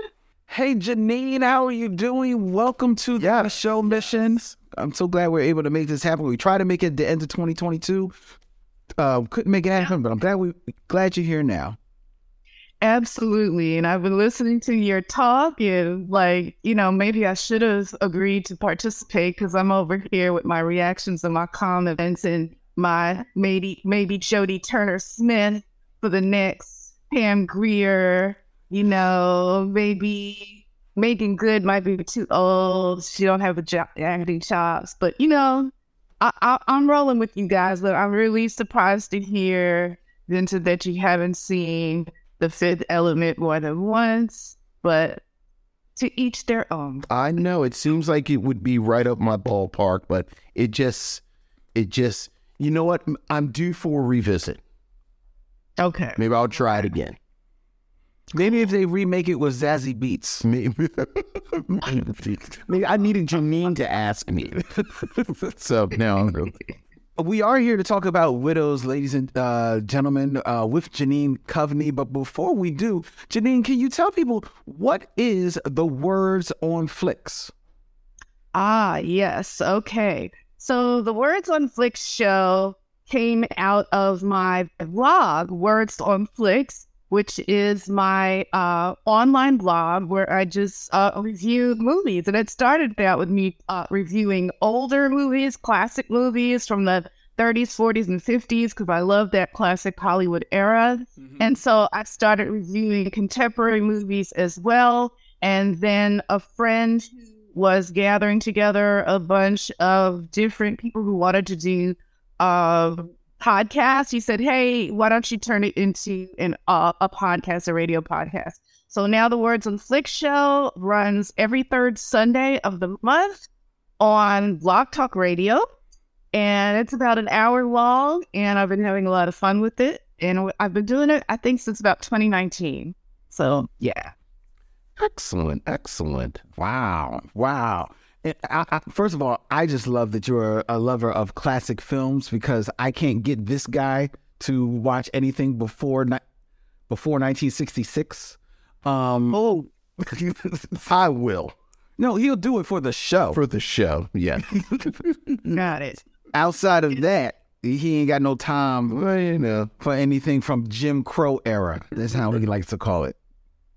Hey Janine, how are you doing? Welcome to the show missions. I'm so glad we are able to make this happen. We tried to make it at the end of 2022. Uh, couldn't make it happen, but I'm glad we glad you're here now. Absolutely. And I've been listening to your talk and like, you know, maybe I should have agreed to participate because I'm over here with my reactions and my comments and my maybe maybe Jody Turner Smith for the next Pam Greer, you know, maybe Megan Good might be too old. She don't have a job acting chops, but you know, I, I, I'm rolling with you guys. Look, I'm really surprised to hear into that you haven't seen the fifth element more than once, but to each their own. I know it seems like it would be right up my ballpark, but it just, it just, you know what? I'm due for a revisit. Okay. Maybe I'll try it again. Maybe if they remake it with Zazzy Beats. Maybe, maybe I needed Janine to ask me. so now I'm really, We are here to talk about widows, ladies and uh, gentlemen, uh, with Janine Coveney. But before we do, Janine, can you tell people what is the words on Flicks? Ah, yes. Okay. So the Words on Flicks show came out of my blog, Words on Flicks, which is my uh, online blog where I just uh, review movies. And it started out with me uh, reviewing older movies, classic movies from the 30s, 40s, and 50s, because I love that classic Hollywood era. And so I started reviewing contemporary movies as well. And then a friend who was gathering together a bunch of different people who wanted to do uh, podcasts. He said, "Hey, why don't you turn it into an uh, a podcast, a radio podcast?" So now the Words on Flick show runs every third Sunday of the month on Block Talk Radio, and it's about an hour long. And I've been having a lot of fun with it, and I've been doing it I think since about 2019. So yeah. Excellent, excellent. Wow. Wow. And Eh, I, I, first of all, I just love that you're a lover of classic films because I can't get this guy to watch anything before ni- before 1966. Um, oh, I will no, he'll do it for the show. for the show. Yeah. Got it. Outside of that, he ain't got no time well, you know, for anything from Jim Crow era. That's how he likes to call it.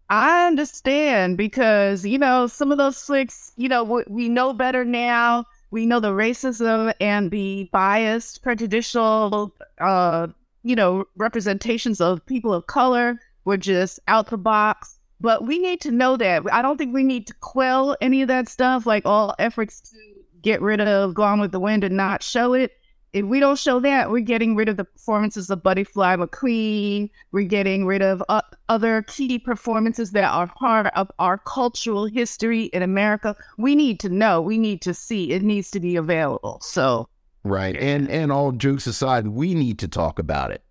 I understand because, you know, some of those flicks, you know, we, we know better now. We know the racism and the biased, prejudicial, uh, you know, representations of people of color were just out the box. But we need to know that. I don't think we need to quell any of that stuff, like all efforts to get rid of Gone with the Wind and not show it. If we don't show that, we're getting rid of the performances of Buddy Fly McQueen. We're getting rid of uh, other key performances that are part of our cultural history in America. We need to know. We need to see. It needs to be available. So, right. And and all jokes aside, we need to talk about it.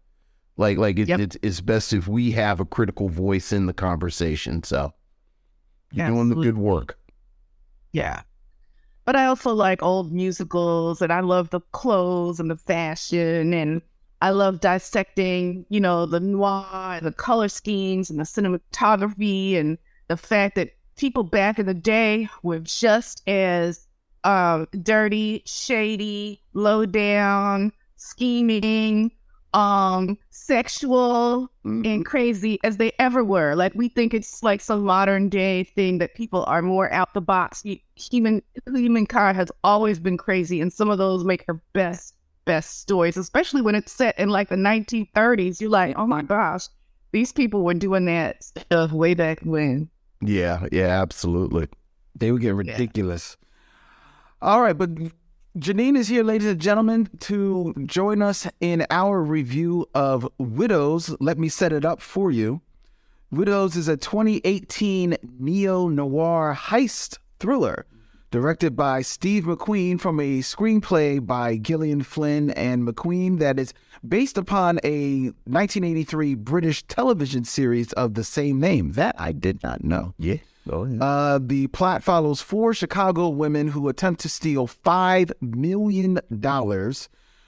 Like like it, Yep. it's it's best if we have a critical voice in the conversation. So you're Yeah, doing the good work. yeah. But I also like old musicals and I love the clothes and the fashion and I love dissecting, you know, the noir, the color schemes and the cinematography and the fact that people back in the day were just as um, dirty, shady, low down, scheming, um, sexual, and crazy as they ever were. Like we think it's like some modern day thing that people are more out the box. Hu- Human humankind has always been crazy, and some of those make her best best stories, especially when it's set in like the 1930s. You're like, oh my gosh, these people were doing that stuff way back when. Yeah, yeah, absolutely. They would get ridiculous. All right, but Janine is here, ladies and gentlemen, to join us in our review of Widows. Let me set it up for you. Widows is a 2018 neo noir heist thriller directed by Steve McQueen from a screenplay by Gillian Flynn and McQueen that is based upon a 1983 British television series of the same name. That I did not know. Yeah. Oh, yeah. Uh, the plot follows four Chicago women who attempt to steal $5 million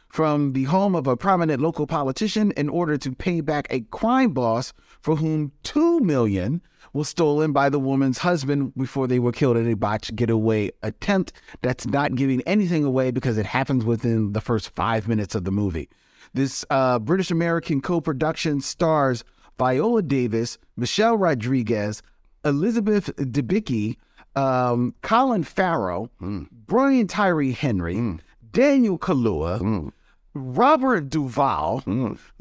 from the home of a prominent local politician in order to pay back a crime boss for whom $2 million was stolen by the woman's husband before they were killed in a botched getaway attempt. That's not giving anything away because it happens within the first five minutes of the movie. This uh, British American co production stars Viola Davis, Michelle Rodriguez, Elizabeth Debicki, um, Colin Farrell, Brian Tyree Henry, Daniel Kalua, Robert Duvall,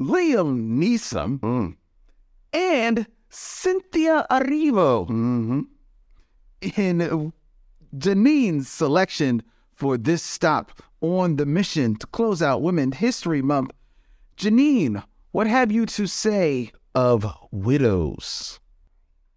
Liam Neeson, and Cynthia Arrivo in Janine's selection for this stop on the mission to close out Women's History Month. Janine, what have you to say of widows?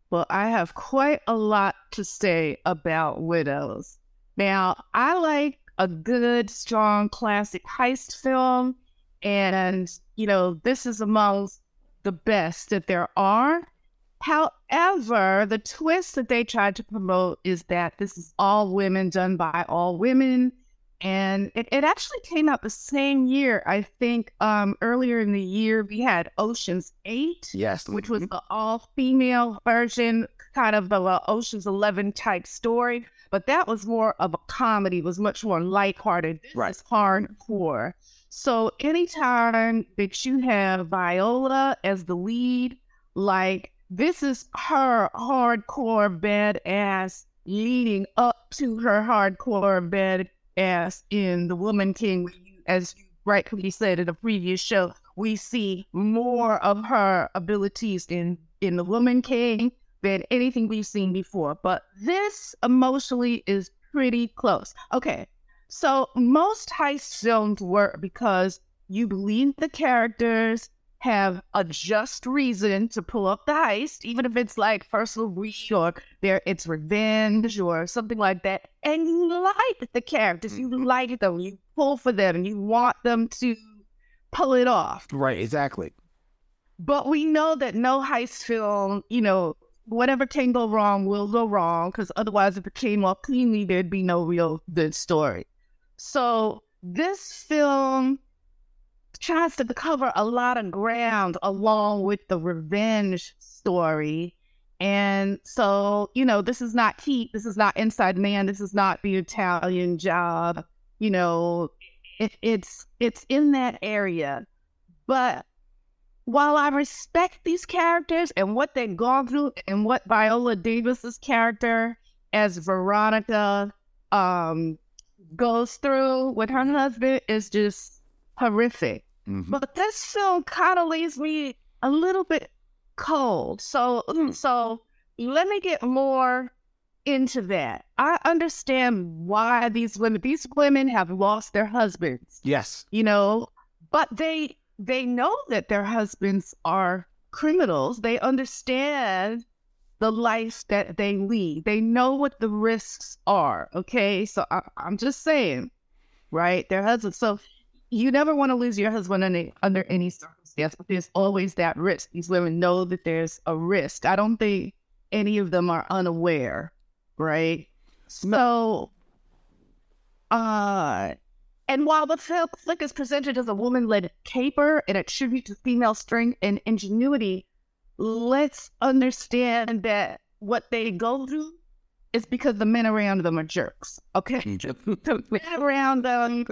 Well, I have quite a lot to say about Widows. Now, I like a good, strong, classic heist film, and, you know, this is amongst the best that there are. However, the twist that they tried to promote is that this is all women done by all women. And it, it actually came out the same year. I think um, earlier in the year, we had Ocean's Eight Yes. Mm-hmm. which was the all female version, kind of the uh, Ocean's Eleven type story. But that was more of a comedy, was much more lighthearted. This Right. is hardcore. So anytime that you have Viola as the lead, Like, this is her hardcore badass leading up to her hardcore badass in The Woman King. As you rightfully said in a previous show, we see more of her abilities in, in The Woman King than anything we've seen before. But this emotionally is pretty close. Okay. So most heist films work because you believe the characters have a just reason to pull up the heist, even if it's like personal reach or there it's revenge or something like that. And you like the characters, you like them, you pull for them, and you want them to pull it off. Right, exactly. But we know that no heist film, you know, whatever can go wrong will go wrong because otherwise, if it came off cleanly, there'd be no real good story. So this film tries to cover a lot of ground along with the revenge story. And so, you know, this is not Heat. This is not Inside Man. This is not the Italian job. You know, it, it's it's in that area. But while I respect these characters and what they've gone through and what Viola Davis's character as Veronica um, goes through with her husband is just horrific. But this film kind of leaves me a little bit cold. So, so let me get more into that. I understand why these women these women have lost their husbands Yes. you know but they they know that their husbands are criminals they understand the life that they lead they know what the risks are okay so I, i'm just saying right their husbands so you never want to lose your husband under, under any circumstance but there's always that risk these women know that there's a risk i don't think any of them are unaware right so uh and while the film flick is presented as a woman led caper and a tribute to female strength and ingenuity, let's understand that what they go through is because the men around them are jerks. Okay. the men around them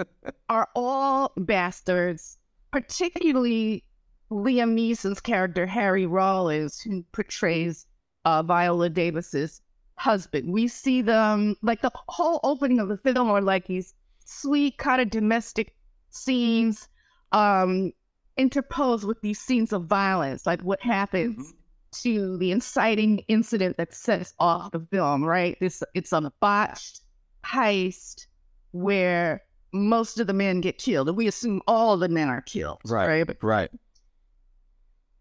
are all bastards, particularly Liam Neeson's character, Harry Rollins, who portrays uh, Viola Davis's husband. We see them, like, the whole opening of the film are like these sweet kind of domestic scenes um interposed with these scenes of violence like what happens to the inciting incident that sets off the film right this it's on a botched heist where most of the men get killed and we assume all the men are killed right, right? Right.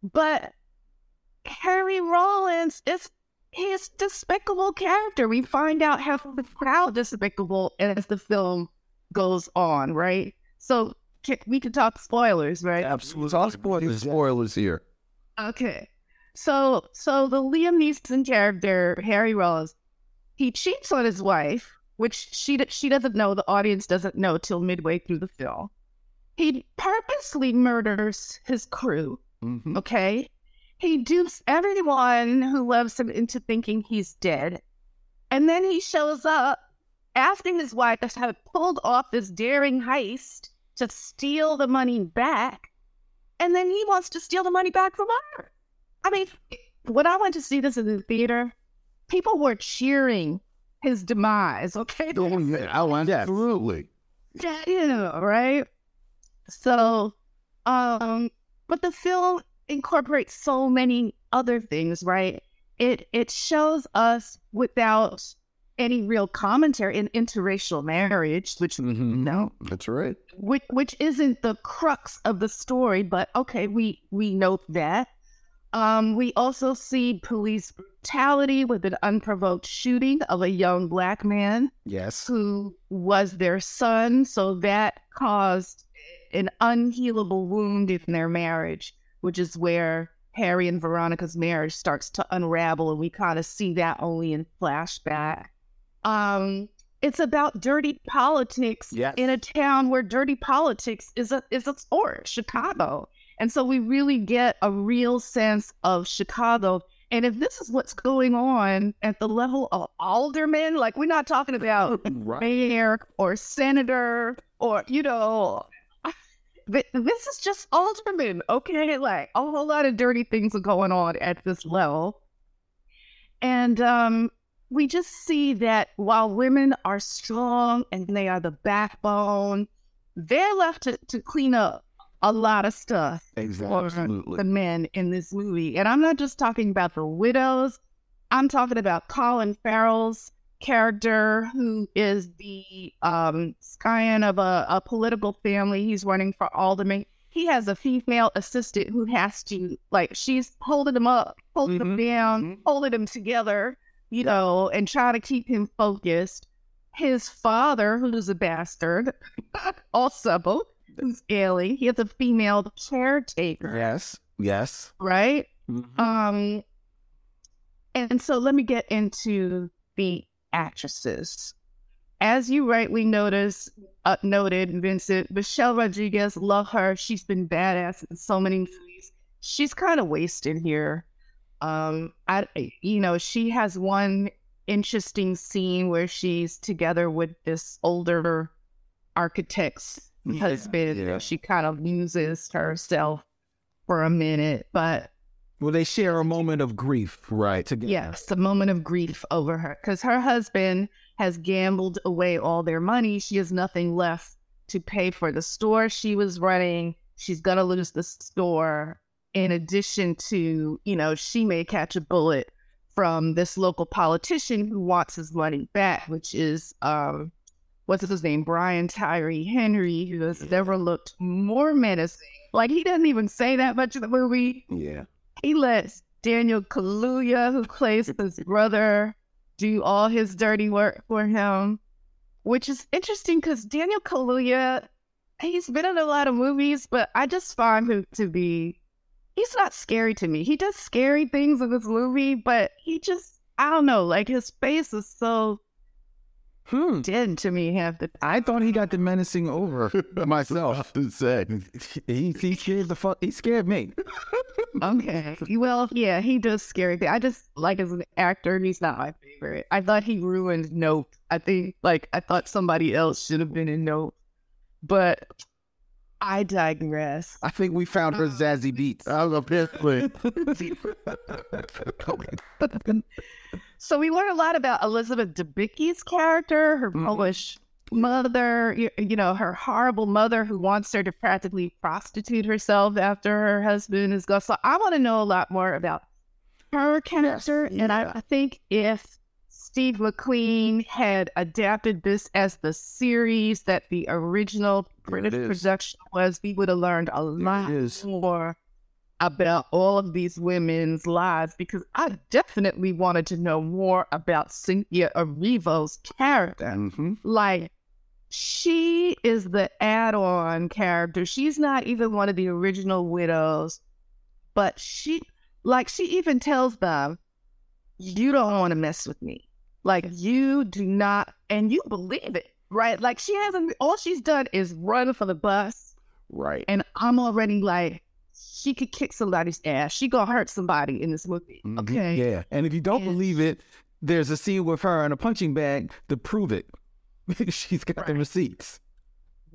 But Harry Rollins is his despicable character. We find out how the crowd despicable as the film goes on, right? So can, we can talk spoilers, right? Absolutely. Talk spoilers. Spoilers here. Okay. So so the Liam Neeson character, Harry Rollins, he cheats on his wife, which she d- she doesn't know, the audience doesn't know till midway through the film. He purposely murders his crew. Mm-hmm. Okay? He dupes everyone who loves him into thinking he's dead. And then he shows up asking his wife to have pulled off this daring heist to steal the money back. And then he wants to steal the money back from her. I mean, when I went to see this in the theater, people were cheering his demise. Okay. Oh, yeah, oh, absolutely. Yeah, right. So, um, but the film incorporates so many other things, right? It it shows us without any real commentary in interracial marriage, which Mm-hmm. no, That's right. which which isn't the crux of the story, but okay, we we note that. Um, we also see police brutality with an unprovoked shooting of a young black man Yes. who was their son, so that caused an unhealable wound in their marriage, which is where Harry and Veronica's marriage starts to unravel, and we kind of see that only in flashback. Um, it's about dirty politics Yes. in a town where dirty politics is a is a sport, Chicago, and so we really get a real sense of Chicago. And if this is what's going on at the level of aldermen, like we're not talking about Right. mayor or senator or you know th- this is just Ultraman, okay? Like a whole lot of dirty things are going on at this level. And um, we just see that while women are strong and they are the backbone, they're left to, to clean up a lot of stuff for the Absolutely. men in this movie. And I'm not just talking about the widows, I'm talking about Colin Farrell's character, who is the um, scion of a, a political family. He's running for alderman. He has a female assistant who has to, like, she's holding him up, holding him down, holding him together, you know, and trying to keep him focused. His father, who's a bastard, also, who's ailing, he has a female caretaker Yes. Yes. Mm-hmm. right? Um, and so let me get into the actresses. As you rightly notice, uh, noted, Vincent, Michelle Rodriguez, love her. She's been badass in so many movies. She's kind of wasted here. Um, I, you know, she has one interesting scene where she's together with this older architect's husband. yeah. She kind of loses herself for a minute, but Well, they share a moment of grief, right? Together. yes, a moment of grief over her because her husband has gambled away all their money. She has nothing left to pay for the store she was running. She's gonna lose the store. In addition to, you know, she may catch a bullet from this local politician who wants his money back, which is um, what's his name, Brian Tyree Henry, who has never looked more menacing. Like he doesn't even say that much in the movie Yeah. he lets Daniel Kaluuya, who plays his brother, do all his dirty work for him, which is interesting because Daniel Kaluuya, he's been in a lot of movies, but I just find him to be, he's not scary to me. He does scary things in this movie, but he just, I don't know, like his face is so Hmm. dead to me half the I thought he got the menacing over myself. Often said. he, he scared the fuck. He scared me. Okay. Well, yeah, he does scary things. I just like as an actor, he's not my favorite. I thought he ruined Nope. I think like I thought somebody else should have been in Nope, but I digress. I think we found her Zazzy Beats. I was apparently. So we learn a lot about Elizabeth Debicki's character, her Polish mother, you, you know, her horrible mother who wants her to practically prostitute herself after her husband is gone. So I want to know a lot more about her character. And I, I think if Steve McQueen Mm-hmm. had adapted this as the series that the original British is. production was, we would have learned a lot is. more about all of these women's lives because I definitely wanted to know more about Cynthia Erivo's character. Mm-hmm. Mhm. Like, she is the add on character. She's not even one of the original widows, but she, like, she even tells them, You don't want to mess with me. Like, you do not, and you believe it, right? Like, she hasn't, all she's done is run for the bus. Right. And I'm already like, she could kick somebody's ass. She gonna hurt somebody in this movie. Okay. Mm-hmm. Yeah. And if you don't Yeah. believe it, there's a scene with her in a punching bag to prove it. She's got the receipts.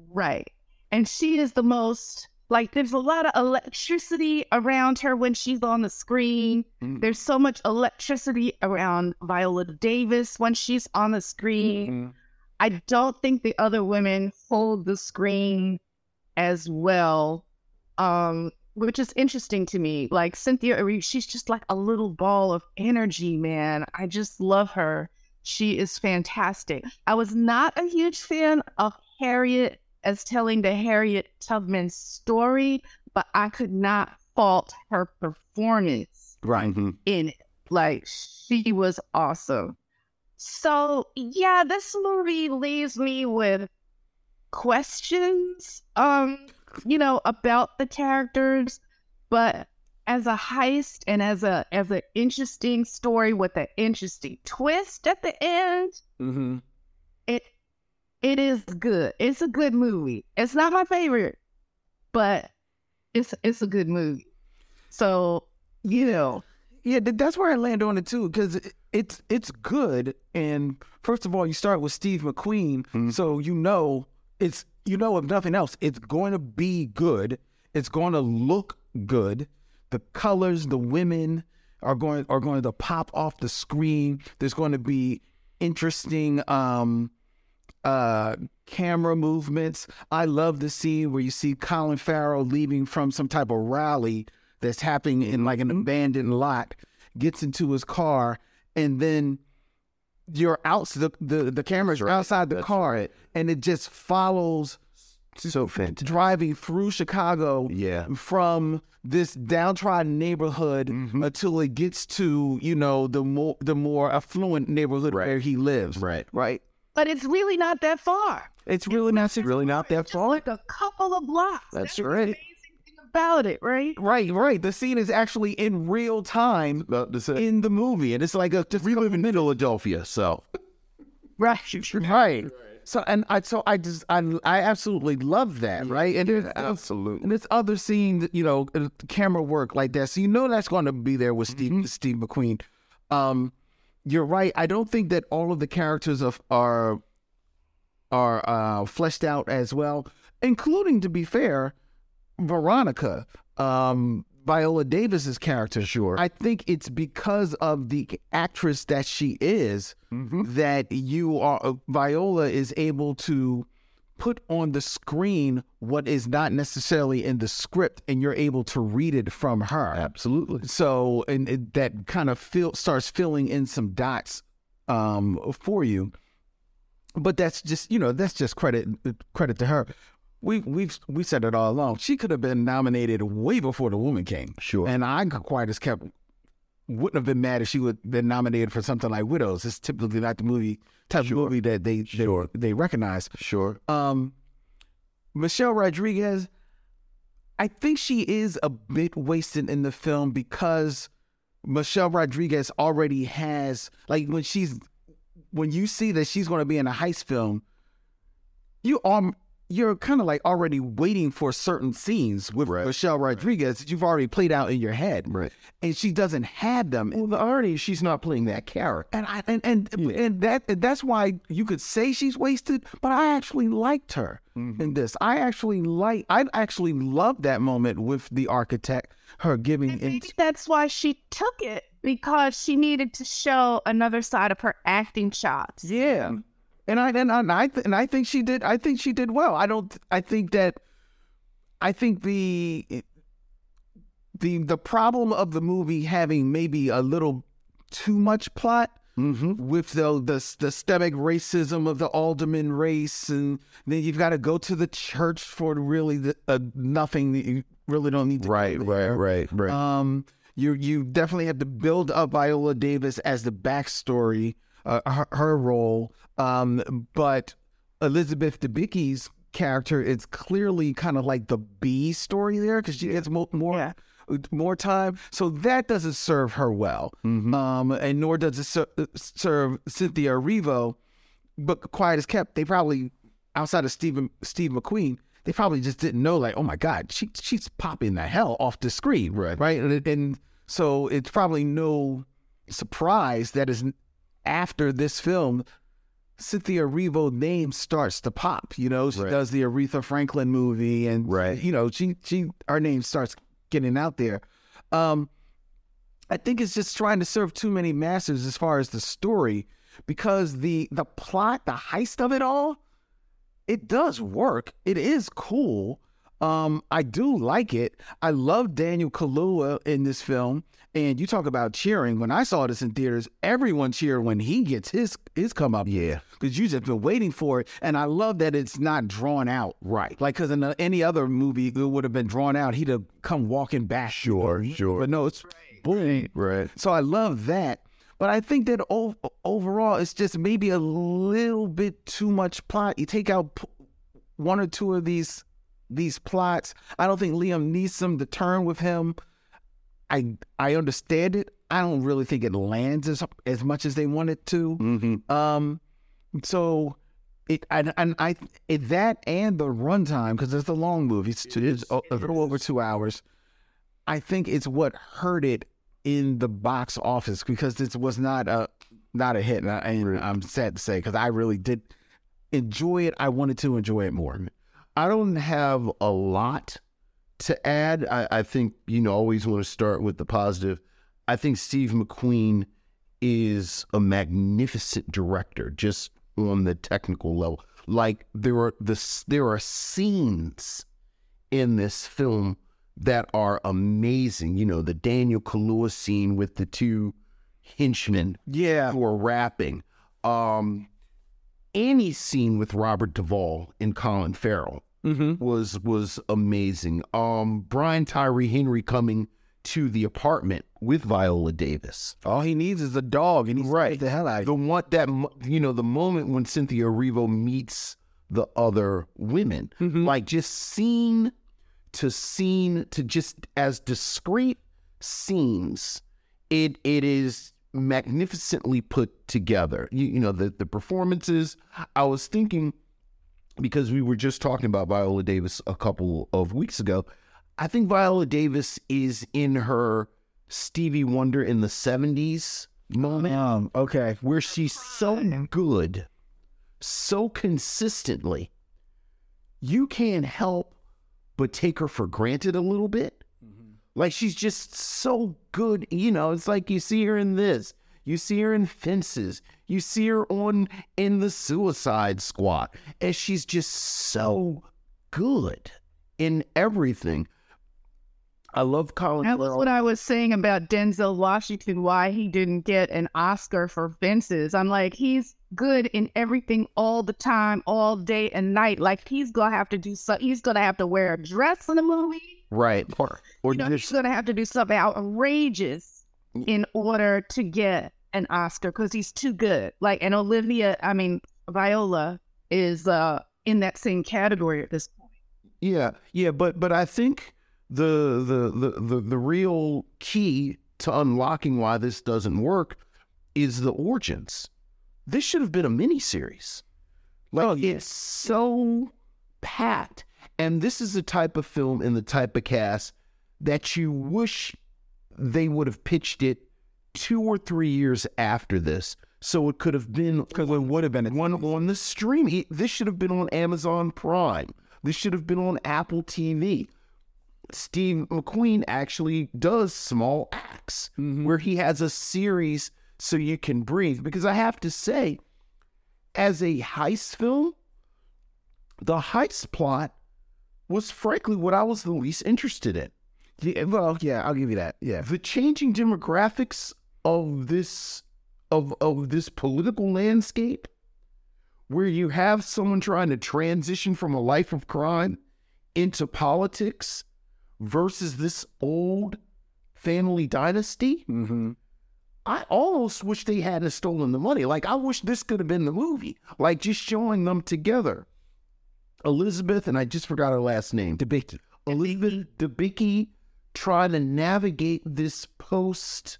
Right. And she is the most like there's a lot of electricity around her when she's on the screen. There's so much electricity around Viola Davis when she's on the screen. I don't think the other women hold the screen as well. Um which is interesting to me. Like Cynthia Erivo, she's just like a little ball of energy, man. I just love her. She is fantastic. I was not a huge fan of Harriet as telling the Harriet Tubman story, but I could not fault her performance Right. Mm-hmm. in it. Like she was awesome. So yeah, this movie leaves me with questions, um, you know, about the characters, but as a heist and as a as an interesting story with an interesting twist at the end, Mm-hmm. it it is good. It's a good movie. It's not my favorite, but it's it's a good movie. So you know, Yeah, th- that's where I land on it too, because it's it's good. And first of all, you start with Steve McQueen, so you know it's you know, if nothing else, it's going to be good. It's going to look good. The colors, the women are going are going to pop off the screen. There's going to be interesting um, uh, camera movements. I love the scene where you see Colin Farrell leaving from some type of rally that's happening in like an Mm-hmm. abandoned lot, gets into his car, and then you're out the the, the camera's outside the car and it just follows So fantastic. driving through Chicago Yeah. from this downtrodden neighborhood Mm-hmm. until it gets to, you know, the more the more affluent neighborhood where he lives. Right. Right. But it's really not that far. It's really not really not that far. Like a couple of blocks. That's the right. amazing thing About it, right? Right, right. The scene is actually in real time About to say, in the movie, and it's like a just we live in Philadelphia, so Right. Right. So and I so I just I I absolutely love that, right? And there's absolutely. and there's other scenes, you know, uh, camera work like that. So you know that's going to be there with Steve Mm-hmm. Steve McQueen. Um, you're right. I don't think that all of the characters of are are uh, fleshed out as well, including to be fair, Veronica, um, Viola Davis's character. Sure. I think it's because of the actress that she is that you are uh, Viola is able to put on the screen what is not necessarily in the script, and you're able to read it from her. absolutely. So, and it, that kind of fill, starts filling in some dots um, for you. But that's just you know that's just credit credit to her. We we've we said it all along. She could have been nominated way before the woman came. Sure. And I quite as kept wouldn't have been mad if she would have been nominated for something like Widows. It's typically not the movie type of movie that they, they Sure. they recognize. Sure. Um, Michelle Rodriguez, I think she is a bit wasted in the film because Michelle Rodriguez already has like when she's when you see that she's going to be in a heist film, you are you're kind of like already waiting for certain scenes with Right. Michelle Rodriguez that you've already played out in your head, Right. And she doesn't have them. Well, the irony is she's not playing that character. And I and and, and that and that's why you could say she's wasted, but I actually liked her Mm-hmm. in this. I actually like I actually loved that moment with the architect, her giving in Maybe that's why she took it because she needed to show another side of her acting chops. Yeah, and I and I and I, th- and I think she did. I think she did well. I don't. I think that. I think the the the problem of the movie having maybe a little too much plot with the, the systemic racism of the alderman race, and then you've got to go to the church for really the, uh, nothing that you really don't need. To go Right, right, there. right, right. Um, you you definitely have to build up Viola Davis as the backstory, uh, her, her role. Um, but Elizabeth Debicki's character is clearly kind of like the B story there because she gets mo- more uh, Yeah. more time. So that doesn't serve her well, um, and nor does it ser- uh, serve Cynthia Erivo. But quiet as kept, they probably outside of Steve Steve McQueen, they probably just didn't know. Like, oh my God, she she's popping the hell off the screen, Right. Right, and, it- and so it's probably no surprise that is after this film. Cynthia Erivo name starts to pop. You know, she Right. does the Aretha Franklin movie, and Right. you know, she she her name starts getting out there. Um, I think it's just trying to serve too many masters as far as the story, because the the plot, the heist of it all, it does work. It is cool. Um, I do like it. I love Daniel Kaluuya in this film. And you talk about cheering. When I saw this in theaters, everyone cheered when he gets his his come up. Yeah, because you just been waiting for it. And I love that it's not drawn out. Right. Like because in a- any other movie, it would have been drawn out. He'd have come walking back. Sure, sure. But no, it's boom. Right. So I love that. But I think that o- overall, it's just maybe a little bit too much plot. You take out p- one or two of these these plots. I don't think Liam Neeson. The turn with him, I I understand it. I don't really think it lands as as much as they want it to. Um, so it and, and I it, that and the runtime because it's a long movie. It's, two, it's a a little over two hours. I think it's what hurt it in the box office because this was not a not a hit, and, I, and I'm sad to say because I really did enjoy it. I wanted to enjoy it more. I don't have a lot to add. I, I think, you know, always want to start with the positive. I think Steve McQueen is a magnificent director just on the technical level. Like there are this there are scenes in this film that are amazing. You know, the Daniel Kaluuya scene with the two henchmen yeah. who are rapping. Um, any scene with Robert Duvall and Colin Farrell Mm-hmm. was was amazing. Um, Brian Tyree Henry coming to the apartment with Viola Davis. All he needs is a dog, and he's right the hell out of The one that mo- you know, the moment when Cynthia Erivo meets the other women, Mm-hmm. like just scene to scene to just as discreet scenes, it it is magnificently put together. You, you know, the the performances. I was thinking because we were just talking about Viola Davis a couple of weeks ago. I think Viola Davis is in her Stevie Wonder in the 70s moment Um. Okay. where she's so good, so consistently, you can't help but take her for granted a little bit. Like she's just so good. You know, it's like you see her in this, you see her in Fences, you see her on in the Suicide Squad, and she's just so good in everything. I love Colin. That's Farrell. what I was saying about Denzel Washington, why he didn't get an Oscar for Fences. I'm like, he's good in everything all the time, all day and night. Like, he's going to have to do so. He's going to have to wear a dress in the movie. right? Or, or You know, just- he's going to have to do something outrageous in order to get an Oscar because he's too good. Like, and Olivia, I mean, Viola is uh, in that same category at this point. Yeah, yeah, but but I think the the the the, the real key to unlocking why this doesn't work is the origins. This should have been a miniseries. Like it's so packed, and this is the type of film and the type of cast that you wish they would have pitched it two or three years after this, so it could have been Because it would have been. a- one on the stream. It- This should have been on Amazon Prime. This should have been on Apple TV. Steve McQueen actually does small acts where he has a series so you can breathe. Because I have to say, as a heist film, the heist plot was frankly what I was the least interested in. Yeah, well, yeah. I'll give you that. Yeah. The changing demographics of this of of this political landscape where you have someone trying to transition from a life of crime into politics versus this old family dynasty. Mm-hmm. I almost wish they hadn't stolen the money. Like I wish this could have been the movie. Like just showing them together. Elizabeth and I just forgot her last name. Debicki. Elizabeth Debicki trying to navigate this post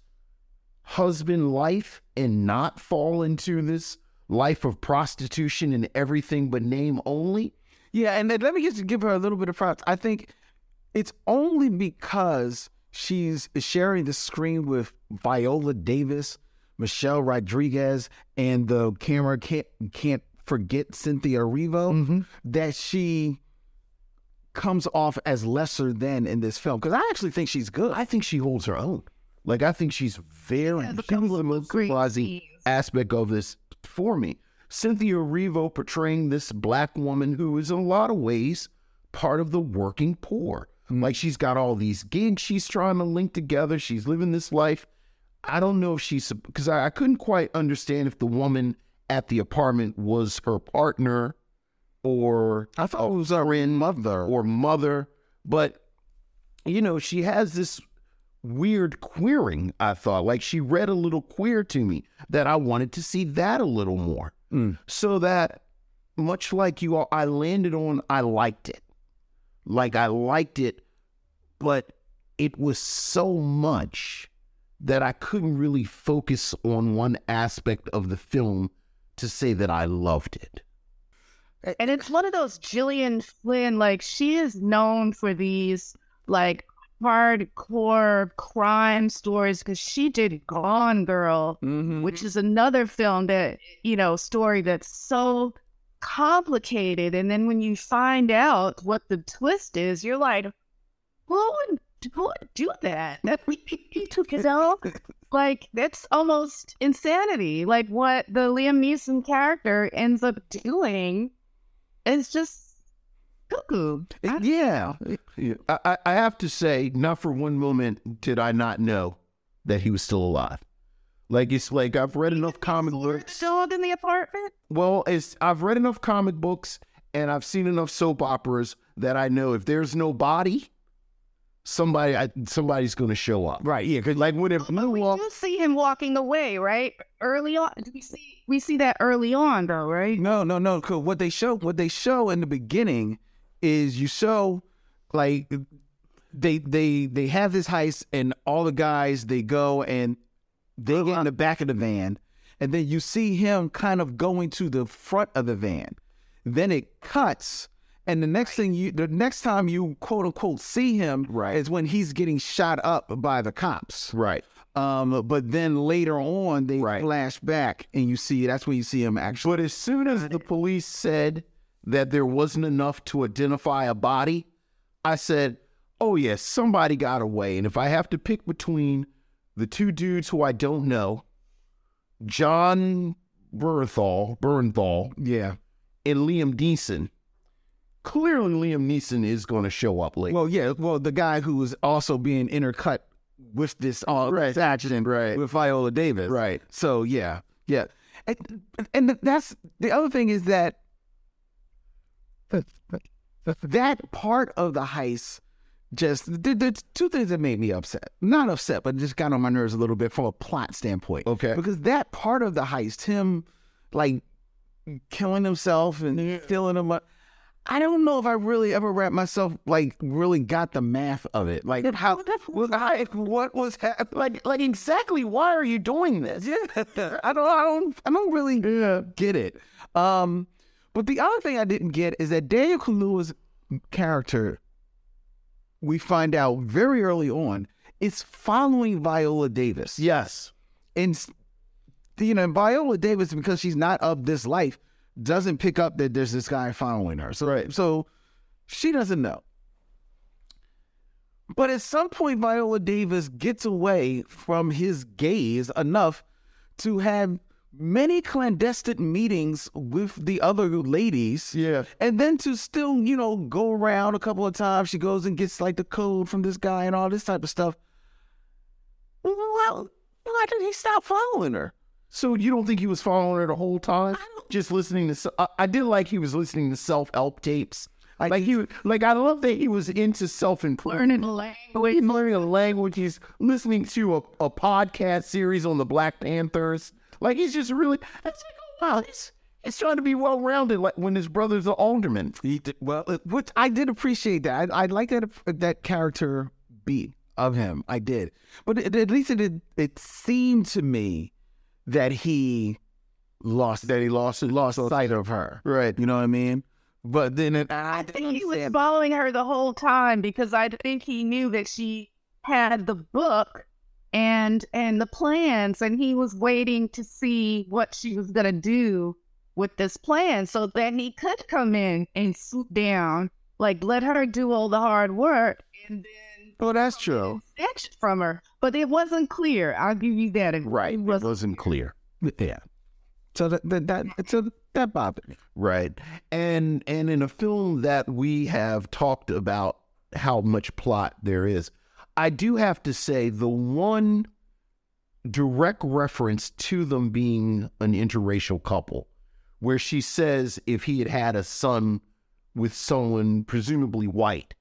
husband life and not fall into this life of prostitution and everything but name only. Yeah, and then let me just give her a little bit of props. I think it's only because she's sharing the screen with Viola Davis, Michelle Rodriguez, and the camera can't can't forget Cynthia Erivo Mm-hmm. that she comes off as lesser than in this film. Because I actually think she's good. I think she holds her own. Like I think she's very the she was the couple most great quasi scenes. aspect of this for me. Cynthia Erivo portraying this black woman who is in a lot of ways part of the working poor. Like she's got all these gigs she's trying to link together. She's living this life. I don't know if she's because I, I couldn't quite understand if the woman at the apartment was her partner or I thought a it was her friend mother. or mother, but you know, she has this weird queering, I thought. Like she read a little queer to me that I wanted to see that a little more. So that much like you all, I landed on I liked it. Like I liked it, but it was so much that I couldn't really focus on one aspect of the film to say that I loved it. And it's one of those Gillian Flynn, like she is known for these like hardcore crime stories because she did Mm-hmm. Gone Girl, which is another film that, you know, story that's so complicated. And then when you find out what the twist is, you're like, who would, who would do that? That you know, like that's almost insanity. Like what the Liam Neeson character ends up doing is just cuckoo. I- Yeah. Yeah. I, I- I have to say, not for one moment did I not know that he was still alive. Like it's like I've read enough comic books. Dog in the apartment. Well, it's I've read enough comic books and I've seen enough soap operas that I know if there's no body, somebody I, somebody's going to show up. Right. Yeah. 'cause- Like when if Moonwalk, You see him walking away, right? Early on, we see we see that early on, though, right? No, no, no. 'cause What they show, what they show in the beginning, is you show like they they they have this heist and all the guys they go and they get in the back of the van, and then you see him kind of going to the front of the van. Then it cuts, and the next thing you the next time you quote unquote see him Right. is when he's getting shot up by the cops. right? Um, but then later on they Right. flash back and you see that's when you see him actually. But as soon as the police said that there wasn't enough to identify a body, I said, "Oh yes, somebody got away." And if I have to pick between the two dudes who I don't know, John Bernthal, Bernthal, Yeah. and Liam Neeson. Clearly, Liam Neeson is going to show up late. Well, yeah. Well, the guy who was also being intercut with this uh, this accident right. with Viola Davis. Right. So yeah, yeah, and, and that's the other thing is that that part of the heist just there, there's two things that made me upset. Not upset, but just got on my nerves a little bit from a plot standpoint. Okay. because that part of the heist, him like killing himself and stealing him up. I don't know if I really ever wrapped myself like really got the math of it. Like how was I, what was happening? Like, like exactly why are you doing this? Yeah. I don't I don't I don't really get it. Um but the other thing I didn't get is that Daniel Kaluuya's character we find out very early on is following Viola Davis. yes. And s- you know, Viola Davis, because she's not of this life, doesn't pick up that there's this guy following her. So, Right. so she doesn't know. But at some point, Viola Davis gets away from his gaze enough to have many clandestine meetings with the other ladies. Yeah. And then to still, you know, go around a couple of times. She goes and gets like the code from this guy and all this type of stuff. Well, why did he stop following her? So you don't think he was following her the whole time? Just listening to. s- I, I did like he was listening to self help tapes. like he, like I love that he was into self improvement. Learning language. He's learning a language. He's listening to a, a podcast series on the Black Panthers. Like he's just really. It's like, oh, wow, it's it's trying to be well rounded. Like when his brother's an alderman. He did, well, it- which I did appreciate that. I, I like that that character beat of him. I did, but it, at least it did- it seemed to me that he lost that he lost lost sight of her. Right. You know what I mean? But then it, I And didn't he was following her the whole time because I think he knew that she had the book and and the plans, and he was waiting to see what she was gonna do with this plan, so then he could come in and swoop down, like let her do all the hard work, and then Well, Oh, that's true. snatch it from her. But it wasn't clear. I'll give you that. It Right. It wasn't wasn't clear. Yeah. So that that, that so that bothered me. Right. And and in a film that we have talked about how much plot there is, I do have to say the one direct reference to them being an interracial couple where she says if he had had a son with someone presumably white,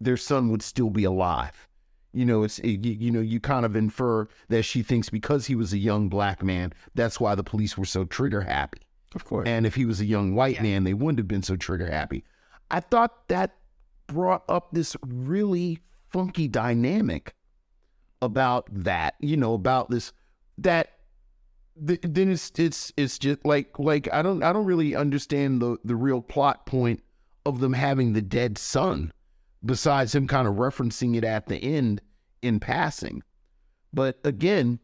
their son would still be alive. You know, it's it, you, you know, you kind of infer that she thinks because he was a young black man, that's why the police were so trigger happy. Of course. And if he was a young white man, they wouldn't have been so trigger happy. I thought that brought up this really funky dynamic about that, you know, about this that th- then it's it's it's just like like I don't I don't really understand the the real plot point of them having the dead son besides him kind of referencing it at the end in passing. But again,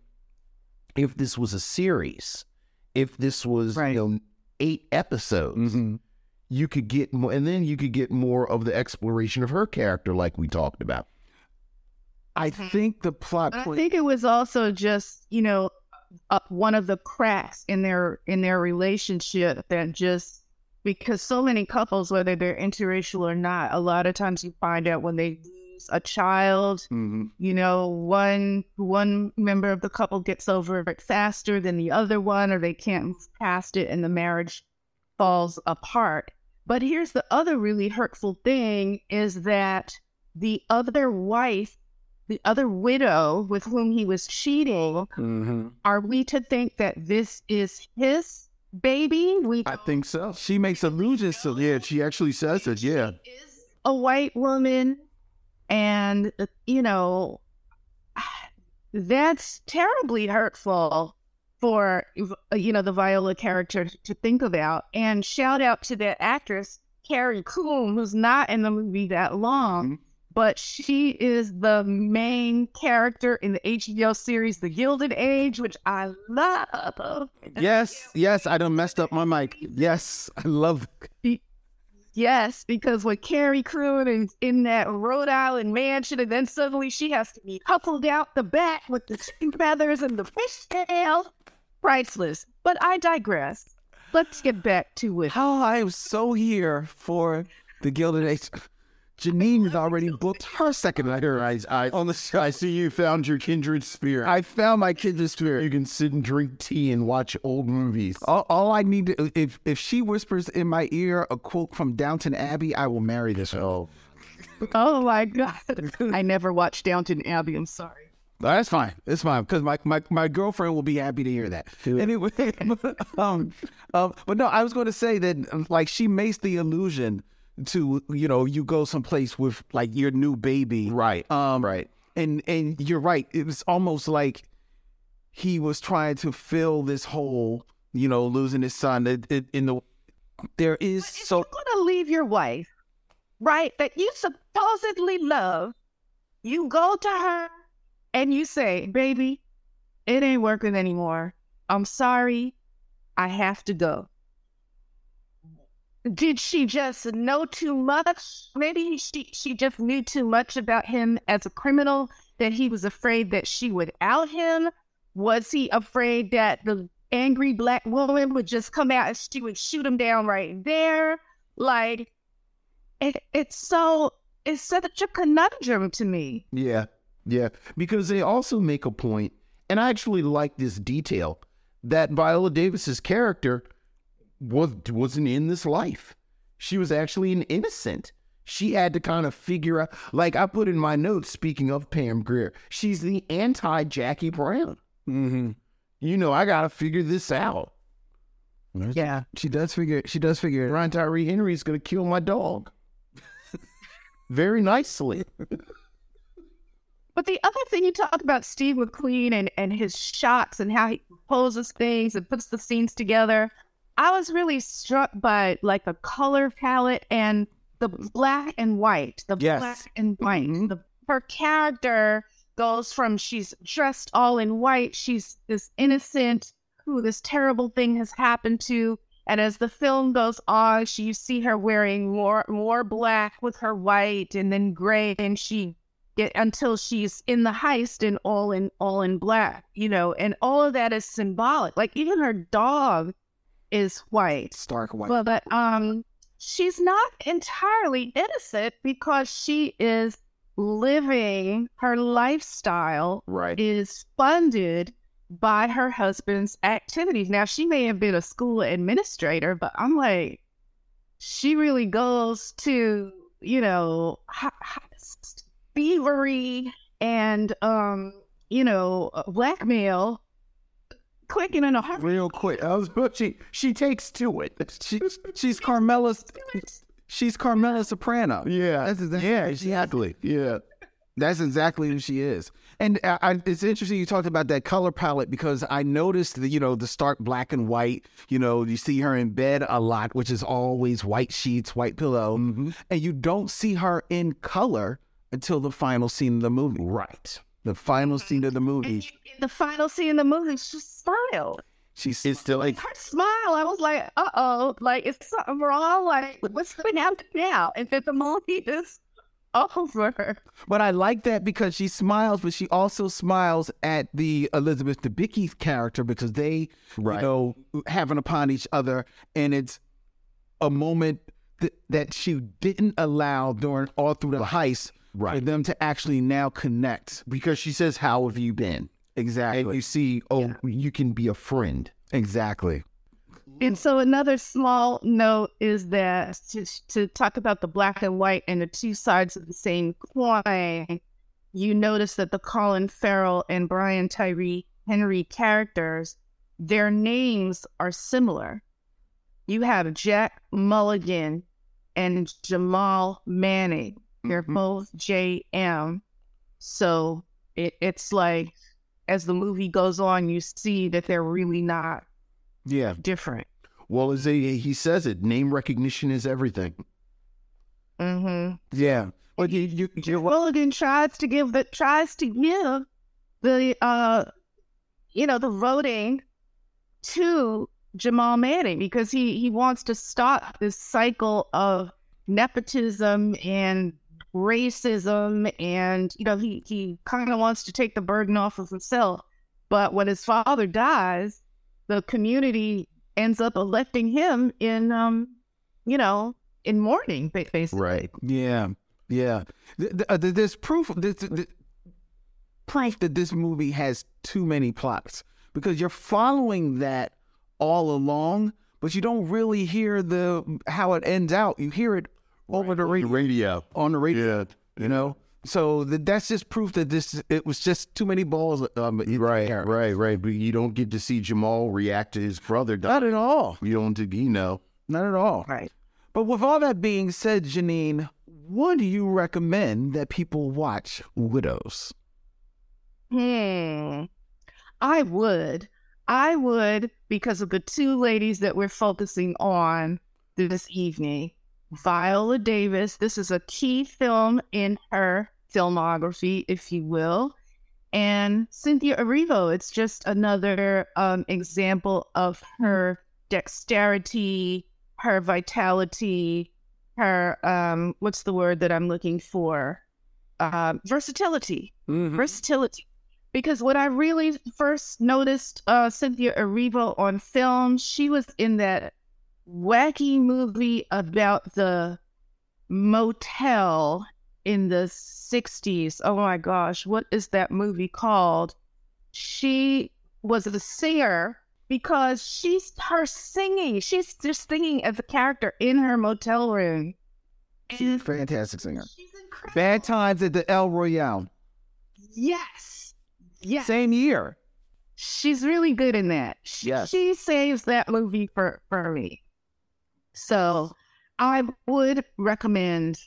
if this was a series, if this was Right. you know eight episodes, mm-hmm. you could get more, and then you could get more of the exploration of her character, like we talked about. I think the plot Mm-hmm. I point. think it was also just you know uh, one of the cracks in their in their relationship that just because so many couples, whether they're interracial or not, a lot of times you find out when they lose a child, Mm-hmm. you know one one member of the couple gets over it faster than the other one, or they can't move past it, and the marriage falls apart. But here's the other really hurtful thing is that the other wife the other widow with whom he was cheating, are we to think that this is his baby? We I think so. She makes allusions to Yeah, she actually says it. Yeah, a white woman, and uh, you know, that's terribly hurtful for uh, you know the Viola character to think about. And shout out to that actress Carrie Coon, who's not in the movie that long. But she is the main character in the HBO series The Gilded Age, which I love. Yes, yes, I done messed up my mic. Yes, I love. Yes, because with Carrie Croon in, in that Rhode Island mansion, and then suddenly she has to be coupled out the back with the chicken feathers and the fishtail. Priceless. But I digress. Let's get back to it. How I am so here for the Gilded Age. Janine has already booked her second night. I, I, On the show. I see you found your kindred spirit. I found my kindred spirit. you can sit and drink tea and watch old movies. All, all I need to, if if she whispers in my ear a quote from Downton Abbey, I will marry this. Oh, Oh my God. I never watched Downton Abbey. I'm sorry. that's fine. It's fine because my, my my girlfriend will be happy to hear that. Anyway, um, um, but no, I was going to say that um, like she makes the illusion to you know you go someplace with like your new baby, Right. Um, right. and and you're right. It was almost like he was trying to fill this hole. You know, losing his son. It, it, in the there is so You're going to leave your wife, right, that you supposedly love. You go to her and you say, Baby, it ain't working anymore. I'm sorry. I have to go. Did she just know too much? Maybe she, she just knew too much about him as a criminal that he was afraid that she would out him. Was he afraid that the angry black woman would just come out and she would shoot him down right there? Like, it, it's so, it's such a conundrum to me. Yeah, yeah. Because they also make a point, and I actually like this detail that Viola Davis's character was wasn't in this life. She was actually an innocent. She had to kind of figure out. Like I put in my notes, speaking of Pam Greer, she's the anti Jackie Brown. Mhm. You know, I gotta figure this out. yeah. She does figure. She does figure. it out. Brian Tyree Henry is gonna kill my dog. Very nicely. But the other thing you talk about Steve McQueen and, and his shots and how he composes things and puts the scenes together, I was really struck by like the color palette and the black and white, the Yes. black and white. The, her character goes from she's dressed all in white, she's this innocent who this terrible thing has happened to, and as the film goes on, she you see her wearing more more black with her white and then gray, and she get until she's in the heist and all in all in black, you know, and all of that is symbolic. Like even her dog is white. Stark white. Well, but um, she's not entirely innocent because she is living her lifestyle Right. is funded by her husband's activities. Now she may have been a school administrator, but I'm like, she really goes to you know ha- ha- thievery and um you know blackmail quick and in a hurry. Real quick. I was but she she takes to it. She, she's Carmela. She's Carmela Soprano. Yeah. That's exactly yeah, who she is. exactly. Yeah. That's exactly who she is. And I, I, it's interesting you talked about uh, that color palette because I noticed that, you know, the stark black and white, you know, you see her in bed a lot, which is always white sheets, white pillow. Mm-hmm. And you don't see her in color until the final scene of the movie. Mm-hmm. Right. The final scene of the movie. In the final scene of the movie, she smiled. She's it's still like her smile. I was like, uh oh, like it's something wrong. Like what's going to happen now? And then the moment is over. But I like that because she smiles, but she also smiles at the Elizabeth Debicki character because they, you Right. know, having upon each other, and it's a moment th- that she didn't allow during all through the heist for Right. them to actually now connect. because she says, "How have you been?" Exactly. And you see, oh, you can be a friend. exactly. And so another small note is that to, to talk about the black and white and the two sides of the same coin, you notice that the Colin Farrell and Brian Tyree Henry characters, their names are similar. You have Jack Mulligan and Jamal Manning. They're Mm-hmm. both JM. So it, it's like as the movie goes on, you see that they're really not Yeah. different. Well, as he, he says it, name recognition is everything. Mm-hmm. Yeah. But you, you, you're right. Mulligan tries to give the tries to give the uh you know the voting to Jamal Manning because he he wants to stop this cycle of nepotism and racism and you know he he kind of wants to take the burden off of himself but when his father dies the community ends up electing him in um you know in mourning ba- basically Right. Yeah, yeah. Th- th- uh, th- There's proof. This, th- proof that this movie has too many plots because you're following that all along, but you don't really hear the how it ends out. You hear it over the radio, Radio. on the radio. Yeah. You know, so th- that's just proof that this it was just too many balls. Um, Right, right, right. But you don't get to see Jamal react to his brother. die. Not at all. You don't, you know. Not at all. right But with all that being said, Janine, what do you recommend that people watch Widows? Hmm. I would. I would because of the two ladies that we're focusing on this evening. Viola Davis, this is a key film in her filmography, if you will. And Cynthia Erivo, it's just another um, example of her dexterity, her vitality, her, um, what's the word that I'm looking for? Um versatility versatility. Because when I really first noticed uh, Cynthia Erivo on film, she was in that wacky movie about the motel in the 60s. Oh my gosh, what is that movie called? She was a singer because she's her singing. She's just singing as a character in her motel room. And Fantastic singer. she's incredible. Bad Times at the El Royale. Yes. Yes. Same year. She's really good in that. She, Yes. she saves that movie for, for me. So I would recommend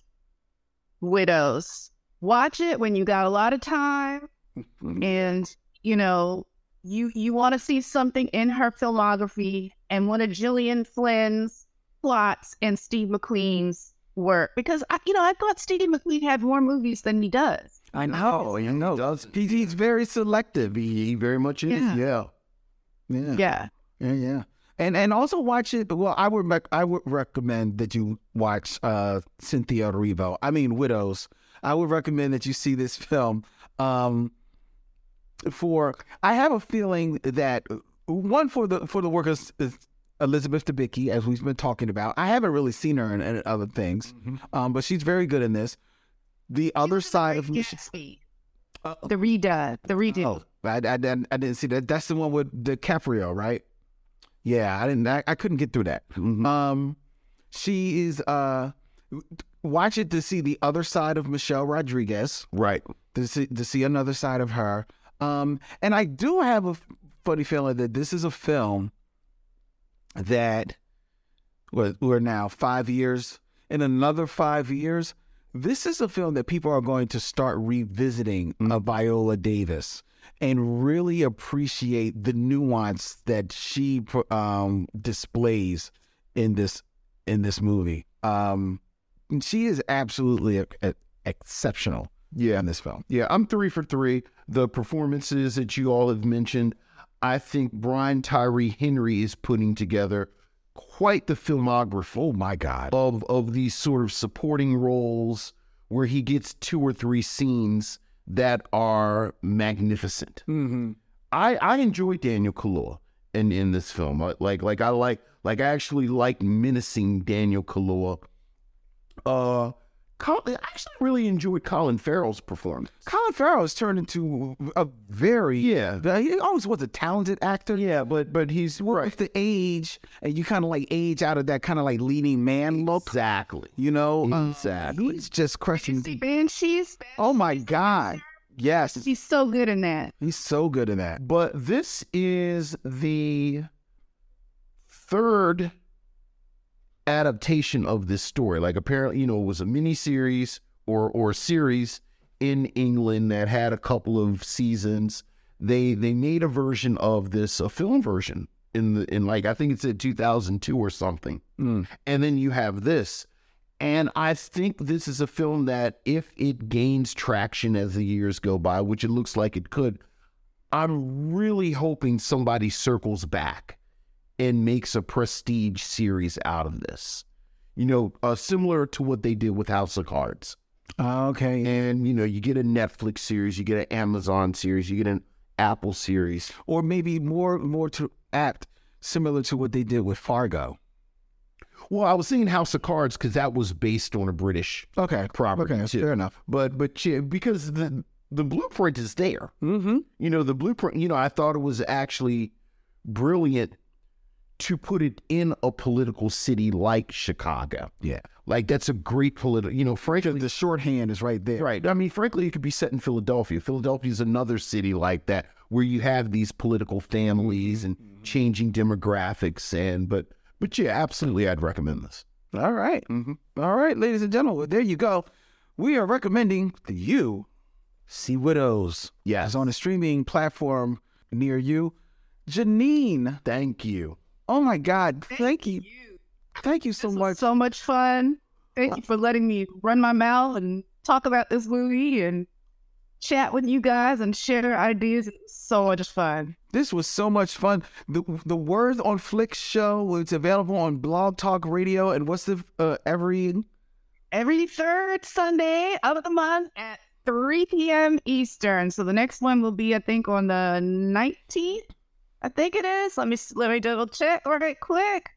Widows. Watch it when you got a lot of time and you know you you want to see something in her filmography and one of Gillian Flynn's plots and Steve McQueen's work because I, you know I thought Steve McQueen had more movies than he does. I know. I Oh, know. doesn't. He, he's very selective. He, he very much is. Yeah. Yeah. Yeah. Yeah. Yeah. yeah. And and also watch it. Well, I would rec- I would recommend that you watch uh, Cynthia Erivo. I mean Widows. I would recommend that you see this film. Um, for I have a feeling that uh, one for the for the work of is Elizabeth Debicki, as we've been talking about. I haven't really seen her in, in other things, um, but she's very good in this. The other side of Gatsby. The redone, the redo. Oh, I, I, didn't- I didn't see that. That's the one with DiCaprio, right? Yeah, I didn't. I, I couldn't get through that. Um, she is. Uh, watch it to see the other side of Michelle Rodriguez. Right. To see to see another side of her. Um, and I do have a f- funny feeling that this is a film that we're, we're now five years in another five years this is a film that people are going to start revisiting Mm-hmm. of viola davis and really appreciate the nuance that she um, displays in this in this movie um, and she is absolutely e- e- exceptional Yeah. in this film Yeah, I'm three for three. The performances that you all have mentioned, I think Brian Tyree Henry is putting together quite the filmography. Oh my God. Of of these sort of supporting roles where he gets two or three scenes that are magnificent. Mm-hmm. I I enjoy Daniel Kaluuya in in this film. I- Like like I like like I actually like menacing Daniel Kaluuya. Uh, Col- I actually really enjoyed Colin Farrell's performance. Colin Farrell has turned into a very Yeah. uh, He always was a talented actor. Yeah, but but he's with the age, and you kind of like age out of that kind of like leading man look. Exactly. You know, Uh, Exactly. he's just crushing. See Banshees? Oh my god! Yes, He's so good in that. he's so good in that. But this is the third adaptation of this story. Like apparently, you know, it was a miniseries or or series in England that had a couple of seasons. They they made a version of this, a film version in the in like I think it's in 2002 or something. And then you have this. And I think this is a film that if it gains traction as the years go by, which it looks like it could, I'm really hoping somebody circles back and makes a prestige series out of this. You know, uh, similar to what they did with House of Cards. okay, And, you know, you get a Netflix series, you get an Amazon series, you get an Apple series. or maybe more more to apt, similar to what they did with Fargo. Well, I was thinking House of Cards because that was based on a British Okay, property. Okay, too. fair enough. But, but yeah, because the, the blueprint is there. Mm-hmm. you know the blueprint you know i thought it was actually brilliant to put it in a political city like chicago Yeah. like that's a great political you know frankly The shorthand is right there. right i mean frankly it could be set in philadelphia philadelphia is another city like that where you have these political families and Mm-hmm. changing demographics and but but yeah absolutely i'd recommend this All right. Mm-hmm. All right, ladies and gentlemen, there you go. We are recommending to you See Widows. Yes. It's on a streaming platform near you. Janine, thank you oh my God, thank, you. Thank you so This was much. so much fun. Thank you for letting me run my mouth and talk about this movie and chat with you guys and share ideas. So much fun. This was so much fun. The the Words on Flick show, it's available on Blog Talk Radio and what's the uh, every Every third Sunday of the month at 3 p.m. Eastern. So the next one will be, I think, on the 19th. I think it is. Let me let me double check right quick.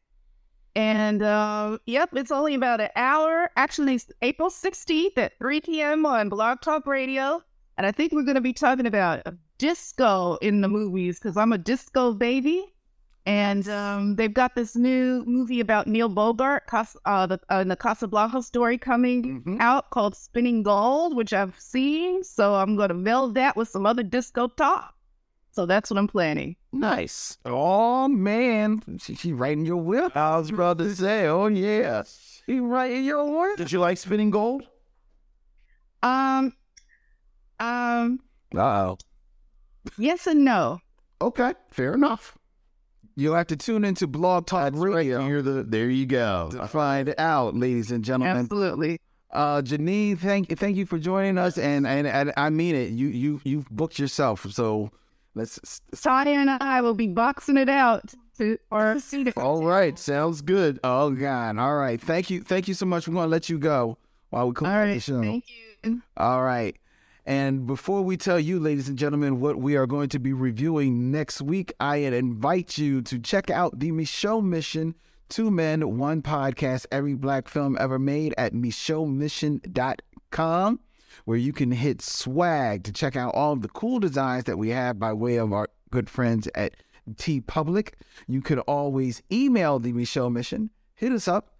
And um, yep, it's only about an hour. Actually, it's April 16th at 3 p.m. on Blog Talk Radio. And I think we're going to be talking about disco in the movies because I'm a disco baby. And um, they've got this new movie about Neil Bogart, Cas- uh, the, uh, the Casablanca story coming out called Spinning Gold, which I've seen. So I'm going to meld that with some other disco talk. So that's what I'm planning. nice Oh man, she, she right in your whip. i Mm-hmm. was about to say oh yeah She right in your whip. did you like spinning gold Um, um, Uh oh. yes and no. okay fair enough You'll have to tune into Blog Talk Radio. You're the, there you go to find out, ladies and gentlemen. Absolutely. Uh, Janine, thank thank you for joining us, and and, and I mean it. You you you've booked yourself, so let's. s- s- Tanya and I will be boxing it out to our students. All right, sounds good. Oh God, all right. Thank you, thank you so much. We're gonna let you go while we come All back to right. the show. Thank you. All right. And before we tell you, ladies and gentlemen, what we are going to be reviewing next week, I invite you to check out the Michaud Mission Two Men, One Podcast, Every Black Film Ever Made at MichaudMission.com, where you can hit swag to check out all of the cool designs that we have by way of our good friends at T Public. You could always email the Michaud Mission, hit us up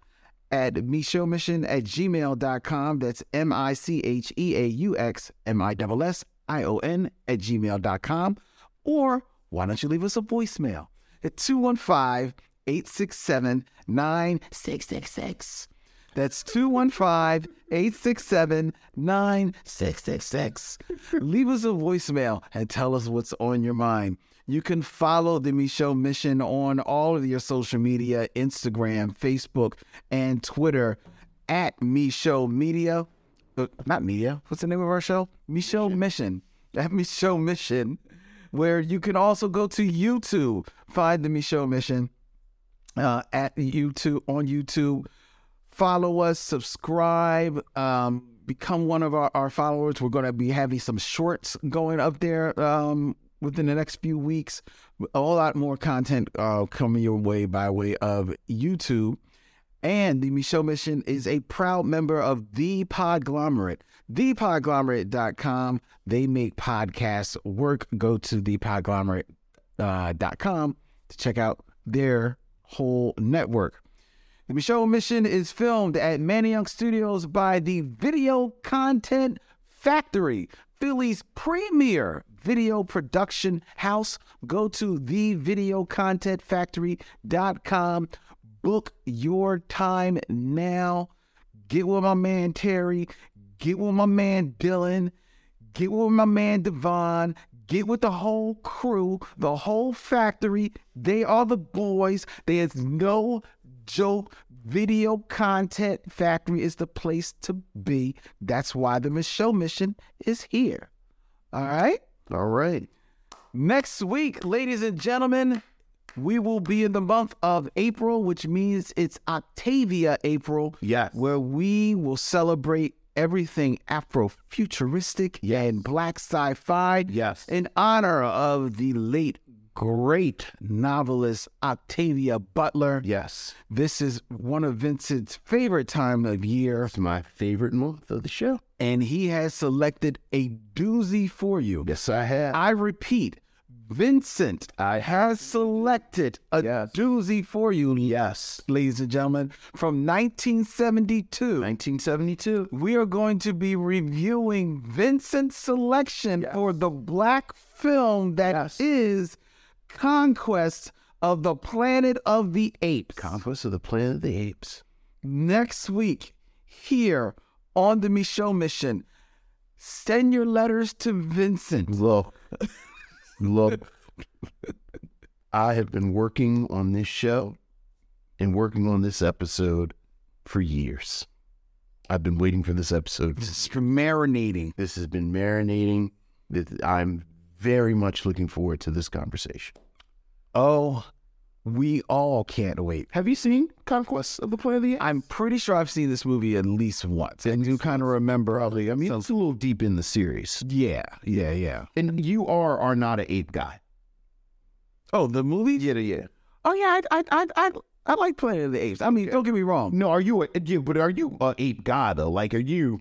at Mission at gmail.com. That's M I C H E A U X M I S S I O N at gmail.com. Or why don't you leave us a voicemail at 215 867 9666. That's 215 867 9666. Leave us a voicemail and tell us what's on your mind. You can follow the Michaud Mission on all of your social media Instagram, Facebook, and Twitter at Michaud Media. Uh, not media. What's the name of our show? Michaud Mission. At Michaud Mission. where you can also go to YouTube, find the Michaud Mission uh, at YouTube on YouTube. Follow us, subscribe, um, become one of our, our followers. We're going to be having some shorts going up there um, within the next few weeks. A lot more content uh, coming your way by way of YouTube. And the Michelle Mission is a proud member of The Podglomerate, thepodglomerate.com. They make podcasts work. Go to thepodglomerate.com to check out their whole network. The Michelle Mission is filmed at Manny Young Studios by the Video Content Factory, Philly's premier video production house. Go to thevideocontentfactory.com book your time now. Get with my man Terry. Get with my man Dylan. Get with my man Devon. Get with the whole crew, the whole factory. They are the boys. There's no joke. Video content factory is the place to be. That's why the Michelle Mission is here. All right. All right. Next week, ladies and gentlemen, we will be in the month of April, which means it's Octavia April. Yes. Where we will celebrate everything Afrofuturistic Yes. and black sci fi. Yes. In honor of the late, great novelist Octavia Butler. Yes. This is one of Vincent's favorite time of year, It's my favorite month of the show. and he has selected a doozy for you. Yes, I have. I repeat, Vincent I- has selected a Yes. doozy for you, yes. ladies and gentlemen, from 1972. 1972. We are going to be reviewing Vincent's selection for the black film that is Yes. Conquest of the Planet of the Apes. Conquest of the Planet of the Apes. Next week, here on the Michaud Mission, send your letters to Vincent. Look, look, I have been working on this show and working on this episode for years. I've been waiting for this episode. It's marinating. This has been marinating. This- I'm very much looking forward to this conversation. Oh, we all can't wait. Have you seen Conquest of the Planet of the Apes? I'm pretty sure I've seen this movie at least once. I do kind of remember. Probably. I mean, it's a little deep in the series. Yeah, yeah, yeah. And you are are not an ape guy. Oh, the movie? Yeah, yeah. Oh yeah, I I I I, I like Planet of the Apes. I mean, don't get me wrong. No, are you? A, yeah, but are you a ape guy though? Like, are you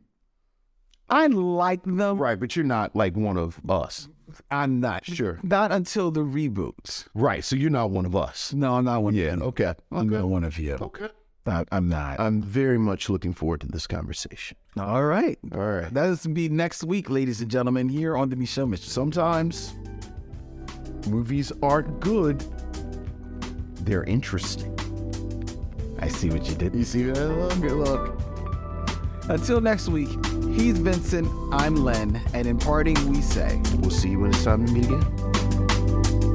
I like them. right? But you're not like one of us. I'm not Sure. Not until the reboots. Right. So you're not one of us. No, I'm not one. Yeah. Of you. Okay. I'm not one of you. Okay. I, I'm not. I'm very much looking forward to this conversation. All right. All right. That's be next week, ladies and gentlemen, here on the Michelle Mission. Sometimes movies aren't good. They're interesting. I see what you did. You see that? Look, look. Until next week, he's Vincent, I'm Len, and in parting we say. We'll see you when it's time to meet again.